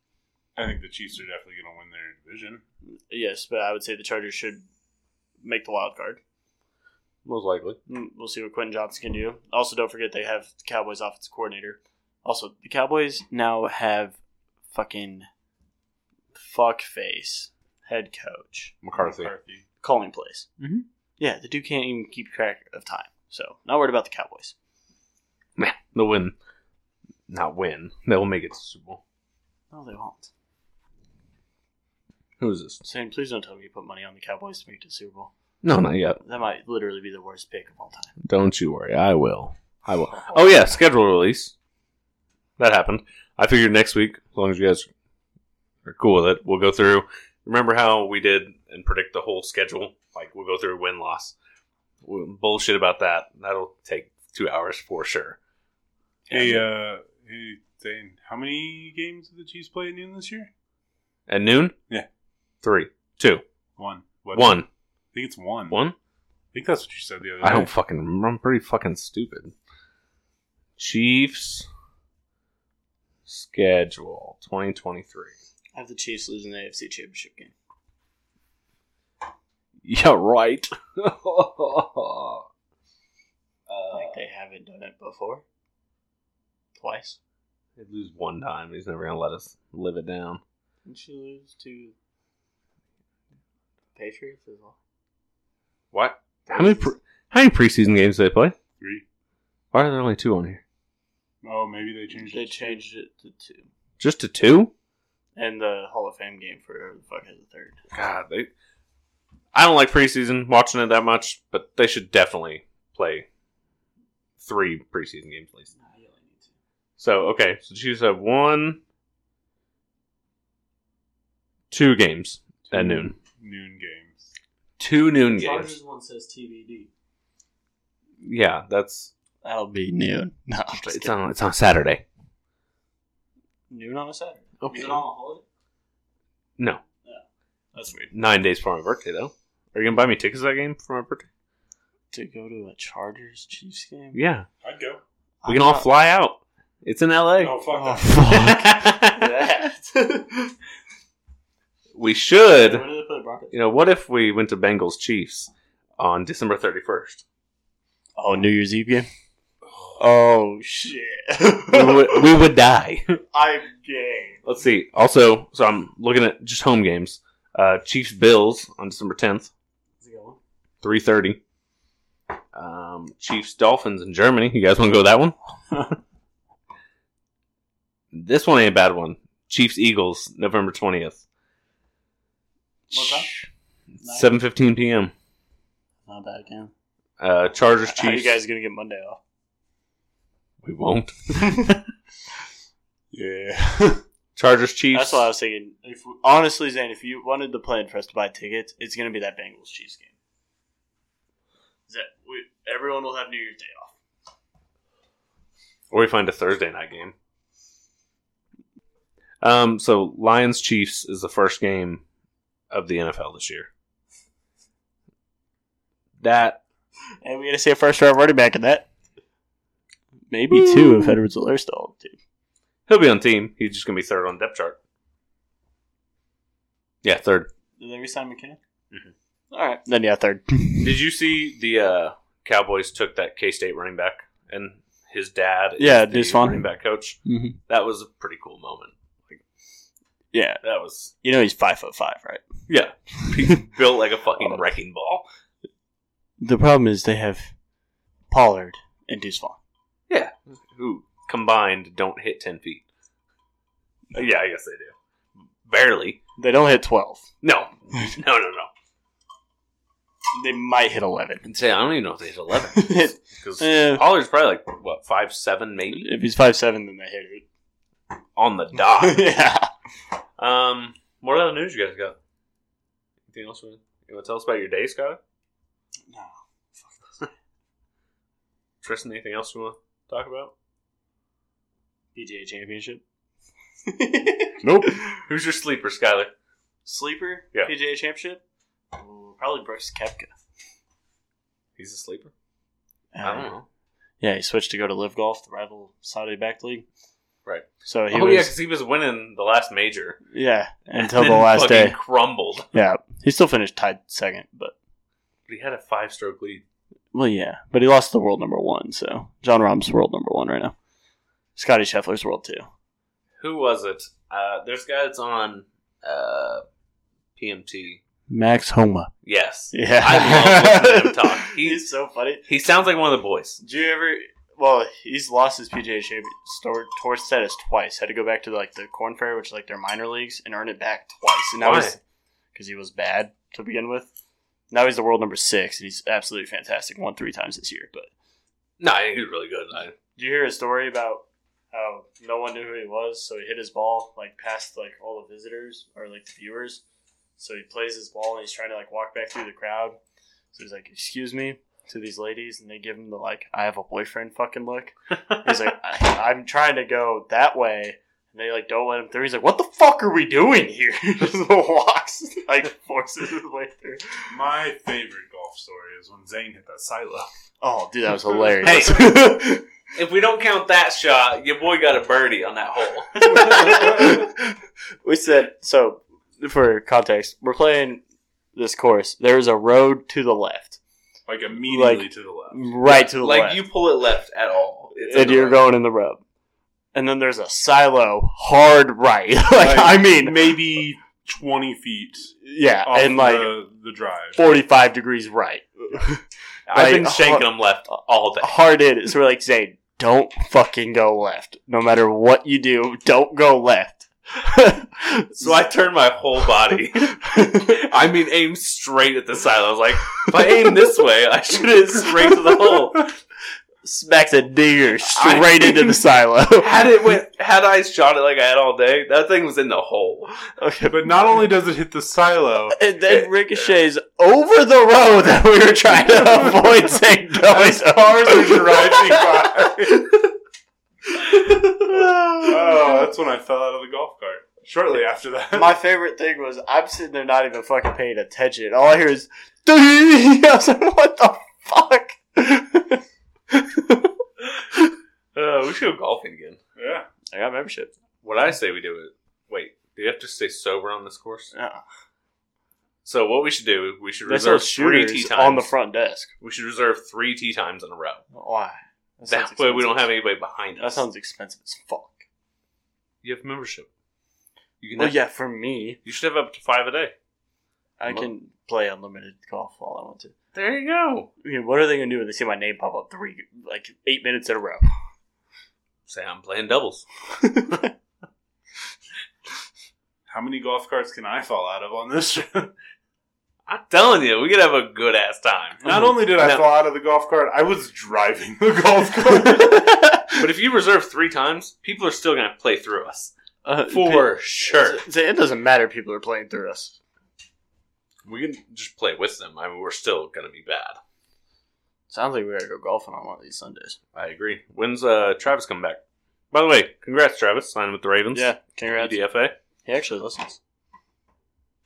I think the Chiefs are definitely going to win their division. Yes, but I would say the Chargers should make the wild card. most likely. Mm, We'll see what Quentin Johnson can do. Also, don't forget they have the Cowboys offensive coordinator. Also, the Cowboys now have fucking fuckface head coach McCarthy. calling plays. Mhm. Yeah, the dude can't even keep track of time. So, not worried about the Cowboys. They'll win. Not win. They'll make it to the Super Bowl. No, they won't. Who's this? Sam, please don't tell me you put money on the Cowboys to make it to the Super Bowl. No, not yet. That might literally be the worst pick of all time. Don't you worry. I will. I will. Oh, yeah. Schedule release. That happened. I figured next week, as long as you guys are cool with it, we'll go through. Remember how we did and predict the whole schedule? Like, we'll go through win loss. We'll bullshit about that. That'll take two hours for sure. Hey, uh, hey, Dane, how many games did the Chiefs play at noon this year? At noon? Yeah. Three. Two. One. What? One. I think it's one. One? I think that's what you said the other I day. don't fucking remember. I'm pretty fucking stupid. Chiefs schedule 2023. I have the Chiefs losing the AFC Championship game. Yeah, right. uh, Like, they haven't done it before. Twice. they lose one time. He's never going to let us live it down. Didn't she lose to Patriots as well? What? How many pre- how many preseason games do they play? Three. Why are there only two on here? Oh, maybe they changed They it. changed it to two. Just to two? And the Hall of Fame game for whoever the fuck has a third. God, they. I don't like preseason watching it that much, but they should definitely play three preseason games at least. So okay, so Chiefs have one, two games at noon, Noon games. two noon games. one says TBD. Yeah, that's That'll be noon. No, I'm just it's on it's on Saturday. kidding. noon on a Saturday. Okay, on a holiday? no, That's weird. nine days for my birthday though. Are you gonna buy me tickets to that game for my birthday? To go to a Chargers Chiefs game? Yeah, I'd go. Oh, we can all fly out. It's in L.A. No, fuck Oh, that. fuck that. we should. Where do they put Broncos? You know, what if we went to Bengals Chiefs on December 31st? Oh, New Year's Eve game. Oh shit! we, would, we would die. I'm gay. Let's see. Also, so I'm looking at just home games. Uh, Chiefs Bills on December 10th, 3:30. Um, Chiefs Dolphins in Germany. You guys want to go that one? this one ain't a bad one. Chiefs Eagles November 20th. What time? 7:15 p.m. Not bad game. Uh, Chargers How are you Chiefs. guys gonna get Monday off? we won't. Yeah. Chargers Chiefs. That's what I was thinking. If honestly, Zane, if you wanted the plan for us to buy tickets, it's gonna be that Bengals Chiefs game. Is that we, everyone will have New Year's Day off? Or we find a Thursday night game. Um, so Lions Chiefs is the first game of the NFL this year. That And we gotta see a first round running back in that. Maybe two if Edwards Alaire's still on the team. he'll be on team. He's just gonna be third on depth chart. Yeah, third. Did they resign McKinnon? Mm-hmm. All right, then yeah, third. Did you see the uh, Cowboys took that K State running back and his dad? is Yeah, the Dusvan. running back coach. Mhm. That was a pretty cool moment. Yeah, That was you know he's five foot five, right? yeah, He built like a fucking wrecking ball. The problem is they have Pollard and Deuce Vaughn. Yeah. Who combined don't hit 10 feet. Uh, Yeah, I guess they do. Barely. They don't hit twelve. No. No, no, no. They might hit eleven. And say, I don't even know if they hit 11. Because Eh, Pollard's probably like, what, five seven maybe? if he's five seven, then they hit it. On the dot. yeah. um, what other news you guys got? Anything else? You want to tell us about your day, Scott? No. Tristan, anything else you want to talk about? PGA Championship. nope. Who's your sleeper, Skyler? Sleeper Yeah. PGA Championship. Ooh, probably Brooks Kepka. He's a sleeper? I don't know. Yeah, he switched to go to Live Golf, the rival Saudi backed league. Right. So he oh, yeah, was because he was winning the last major. yeah, until and the then last fucking day. crumbled. Yeah, he still finished tied second, but But he had a five stroke lead. well, yeah, but he lost to the world number one. So John Rahm's world number one right now. Scotty Scheffler's world two. who was it? Uh, there's a guy that's on uh, PMT. Max Homa. Yes, Yeah, I love listening to him talk. He's so funny. he sounds like one of the boys. Do you ever? Well, he's lost his PGA Championship tour status twice. Had to go back to like the Corn Fair, which is like their minor leagues, and earn it back twice. And now Why? he's because he was bad to begin with. Now he's the world number six, and he's absolutely fantastic. Won three times this year. But No, he's really good. I, did you hear a story about how no one knew who he was? So he hit his ball like past like all the visitors or like the viewers. So he plays his ball and he's trying to like walk back through the crowd. So he's like, "Excuse me," to these ladies, and they give him the like, "I have a boyfriend" fucking look. He's like, I, "I'm trying to go that way." And they like don't let him through. He's like, "What the fuck are we doing here?" Just walks, like forces his way through. My favorite golf story is when Zane hit that silo. Oh, dude, that was hilarious. if we don't count that shot, your boy got a birdie on that hole. we said so for context we're playing this course there is a road to the left Like immediately Like- to the left. right to the like left you pull it left at all, it's and you're going in the rub and then there's a silo hard right like i mean maybe 20 feet yeah off and like the, the drive. 45 degrees right I've been like- shanking them left all day. hard in so we're like zane don't fucking go left no matter what you do don't go left So I turned my whole body. I mean, aim straight at the side. I was like, if I aim this way, I should hit straight to the hole. smacks a digger I- straight into the silo Had it went, had I shot it like I had all day, that thing was in the hole. okay But not only does it hit the silo, And then ricochets over the road that we were trying to avoid St. as Joe's. cars are driving by. Oh, that's when I fell out of the golf cart. Shortly after that. My favorite thing was I'm sitting there not even fucking paying attention. and All I hear is, I was like, what the fuck? Uh, we should go golfing again. yeah. I got membership. What I say we do is wait. Do you have to stay sober on this course? Uh, So what we should do, we should they serve reserve three shooters tea times on the front desk. We should reserve three tea times in a row. Why? That, sounds way we don't have expensive. anybody behind us. That sounds expensive as fuck. you have membership. You can. Well, have- Oh, yeah, for me, You should have up to five a day. I Well- can play unlimited golf all I want to. There you go, I mean, what are they gonna do when they see my name pop up three, like eight minutes in a row? Say I'm playing doubles. How many golf carts can I fall out of on this trip? I'm telling you, we could have a good ass time. Not only did I No. fall out of the golf cart, I was driving the golf cart. But if you reserve three times, people are still gonna play through us Uh, for sure. It, it doesn't matter. if People are playing through us. We can just play with them. I mean, we're still gonna be bad. Sounds like we gotta go golfing on one of these Sundays. I agree. When's uh, Travis come back? By the way, congrats, Travis. Signed with the Ravens. Yeah, congrats. UDFA. He actually listens.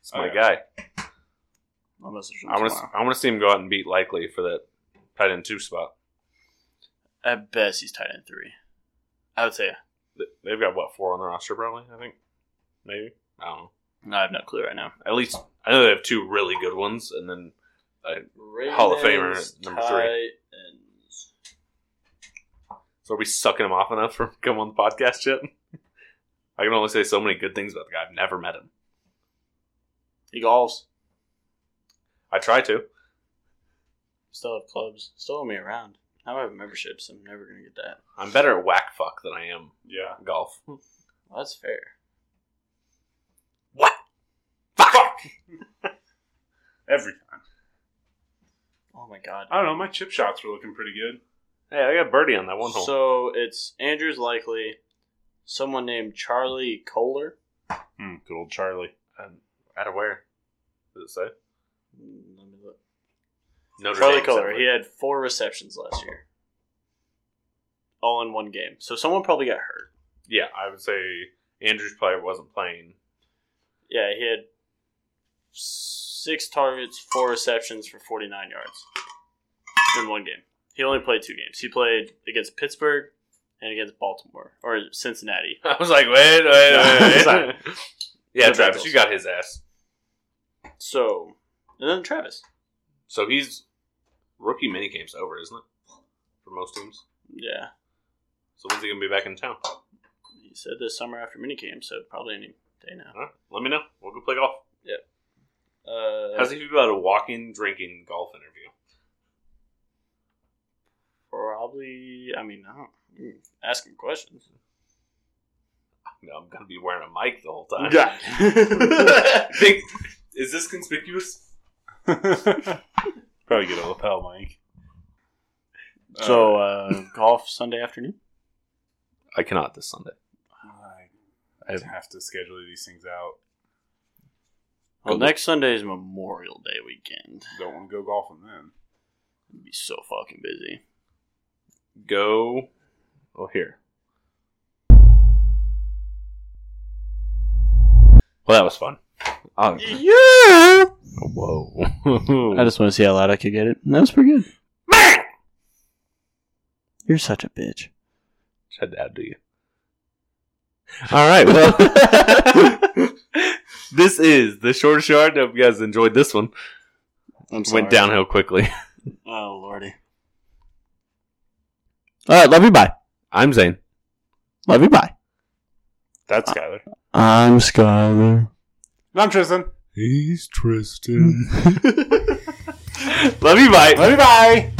It's my Okay. guy. I'll message him I want to. tomorrow. I want to see him go out and beat Likely for that tight end two spot. At best, he's tight end three. I would say. Th- They've got what four on the roster, probably. I think, maybe. I don't know. No, I have no clue right now. At least I know they have two really good ones, and then Hall of Famer, Ravens, number three. tight so are we sucking him off enough for him to come on the podcast yet? I can only say so many good things about the guy. I've never met him. He golfs. I try to. Still have clubs. Still have me around. Now I have memberships. I'm never gonna get that. I'm better at whack fuck than I am yeah. golf. Well, that's fair. What? Fuck. Every time. Oh my god. I don't know. My chip shots were looking pretty good. Hey, I got birdie on that one hole. So it's Andrews Likely, someone named Charlie Kohler. Hmm, good old Charlie. Um, out of where? Does it say? Mm, Let me look. Notre Charlie Dame, Kohler. somewhere. He had four receptions last year, all in one game. So someone probably got hurt. Yeah, I would say Andrews probably wasn't playing. Yeah, he had six targets, four receptions for 49 yards in one game. He only played two games. He played against Pittsburgh and against Baltimore or Cincinnati. I was like, wait, wait, wait. Sorry. wait. yeah, The Travis, Bengals. you got his ass. So, and then Travis. So he's rookie minicamp's over, isn't it? For most teams. Yeah, So when's he gonna be back in town? he said this summer after minicamp, so probably any day now. All right, let me know. We'll go play golf. Uh, How's he feel about a walking, drinking golf interview? Probably. I mean, I don't mm, ask him questions. No, I'm gonna be wearing a mic the whole time. Yeah. Think, is this conspicuous? Probably get a lapel mic. so uh, golf Sunday afternoon. I cannot this Sunday. I have to schedule these things out. Well, next Sunday is Memorial Day weekend. Don't want to go golfing then. It'd be so fucking busy. Go. Oh, here. Well, that was fun. Um, Yeah. whoa. I just want to see how loud I could get it. That was pretty good. You're such a bitch. Said that to you. All right. Well, this is the short shard. Hope you guys enjoyed this one. I'm Went downhill quickly. Oh lordy. All right. Love you. Bye. I'm Zane. Love you. Bye. That's Skyler. I'm Skyler. And I'm Tristan. He's Tristan. Love you. Bye. Bye bye.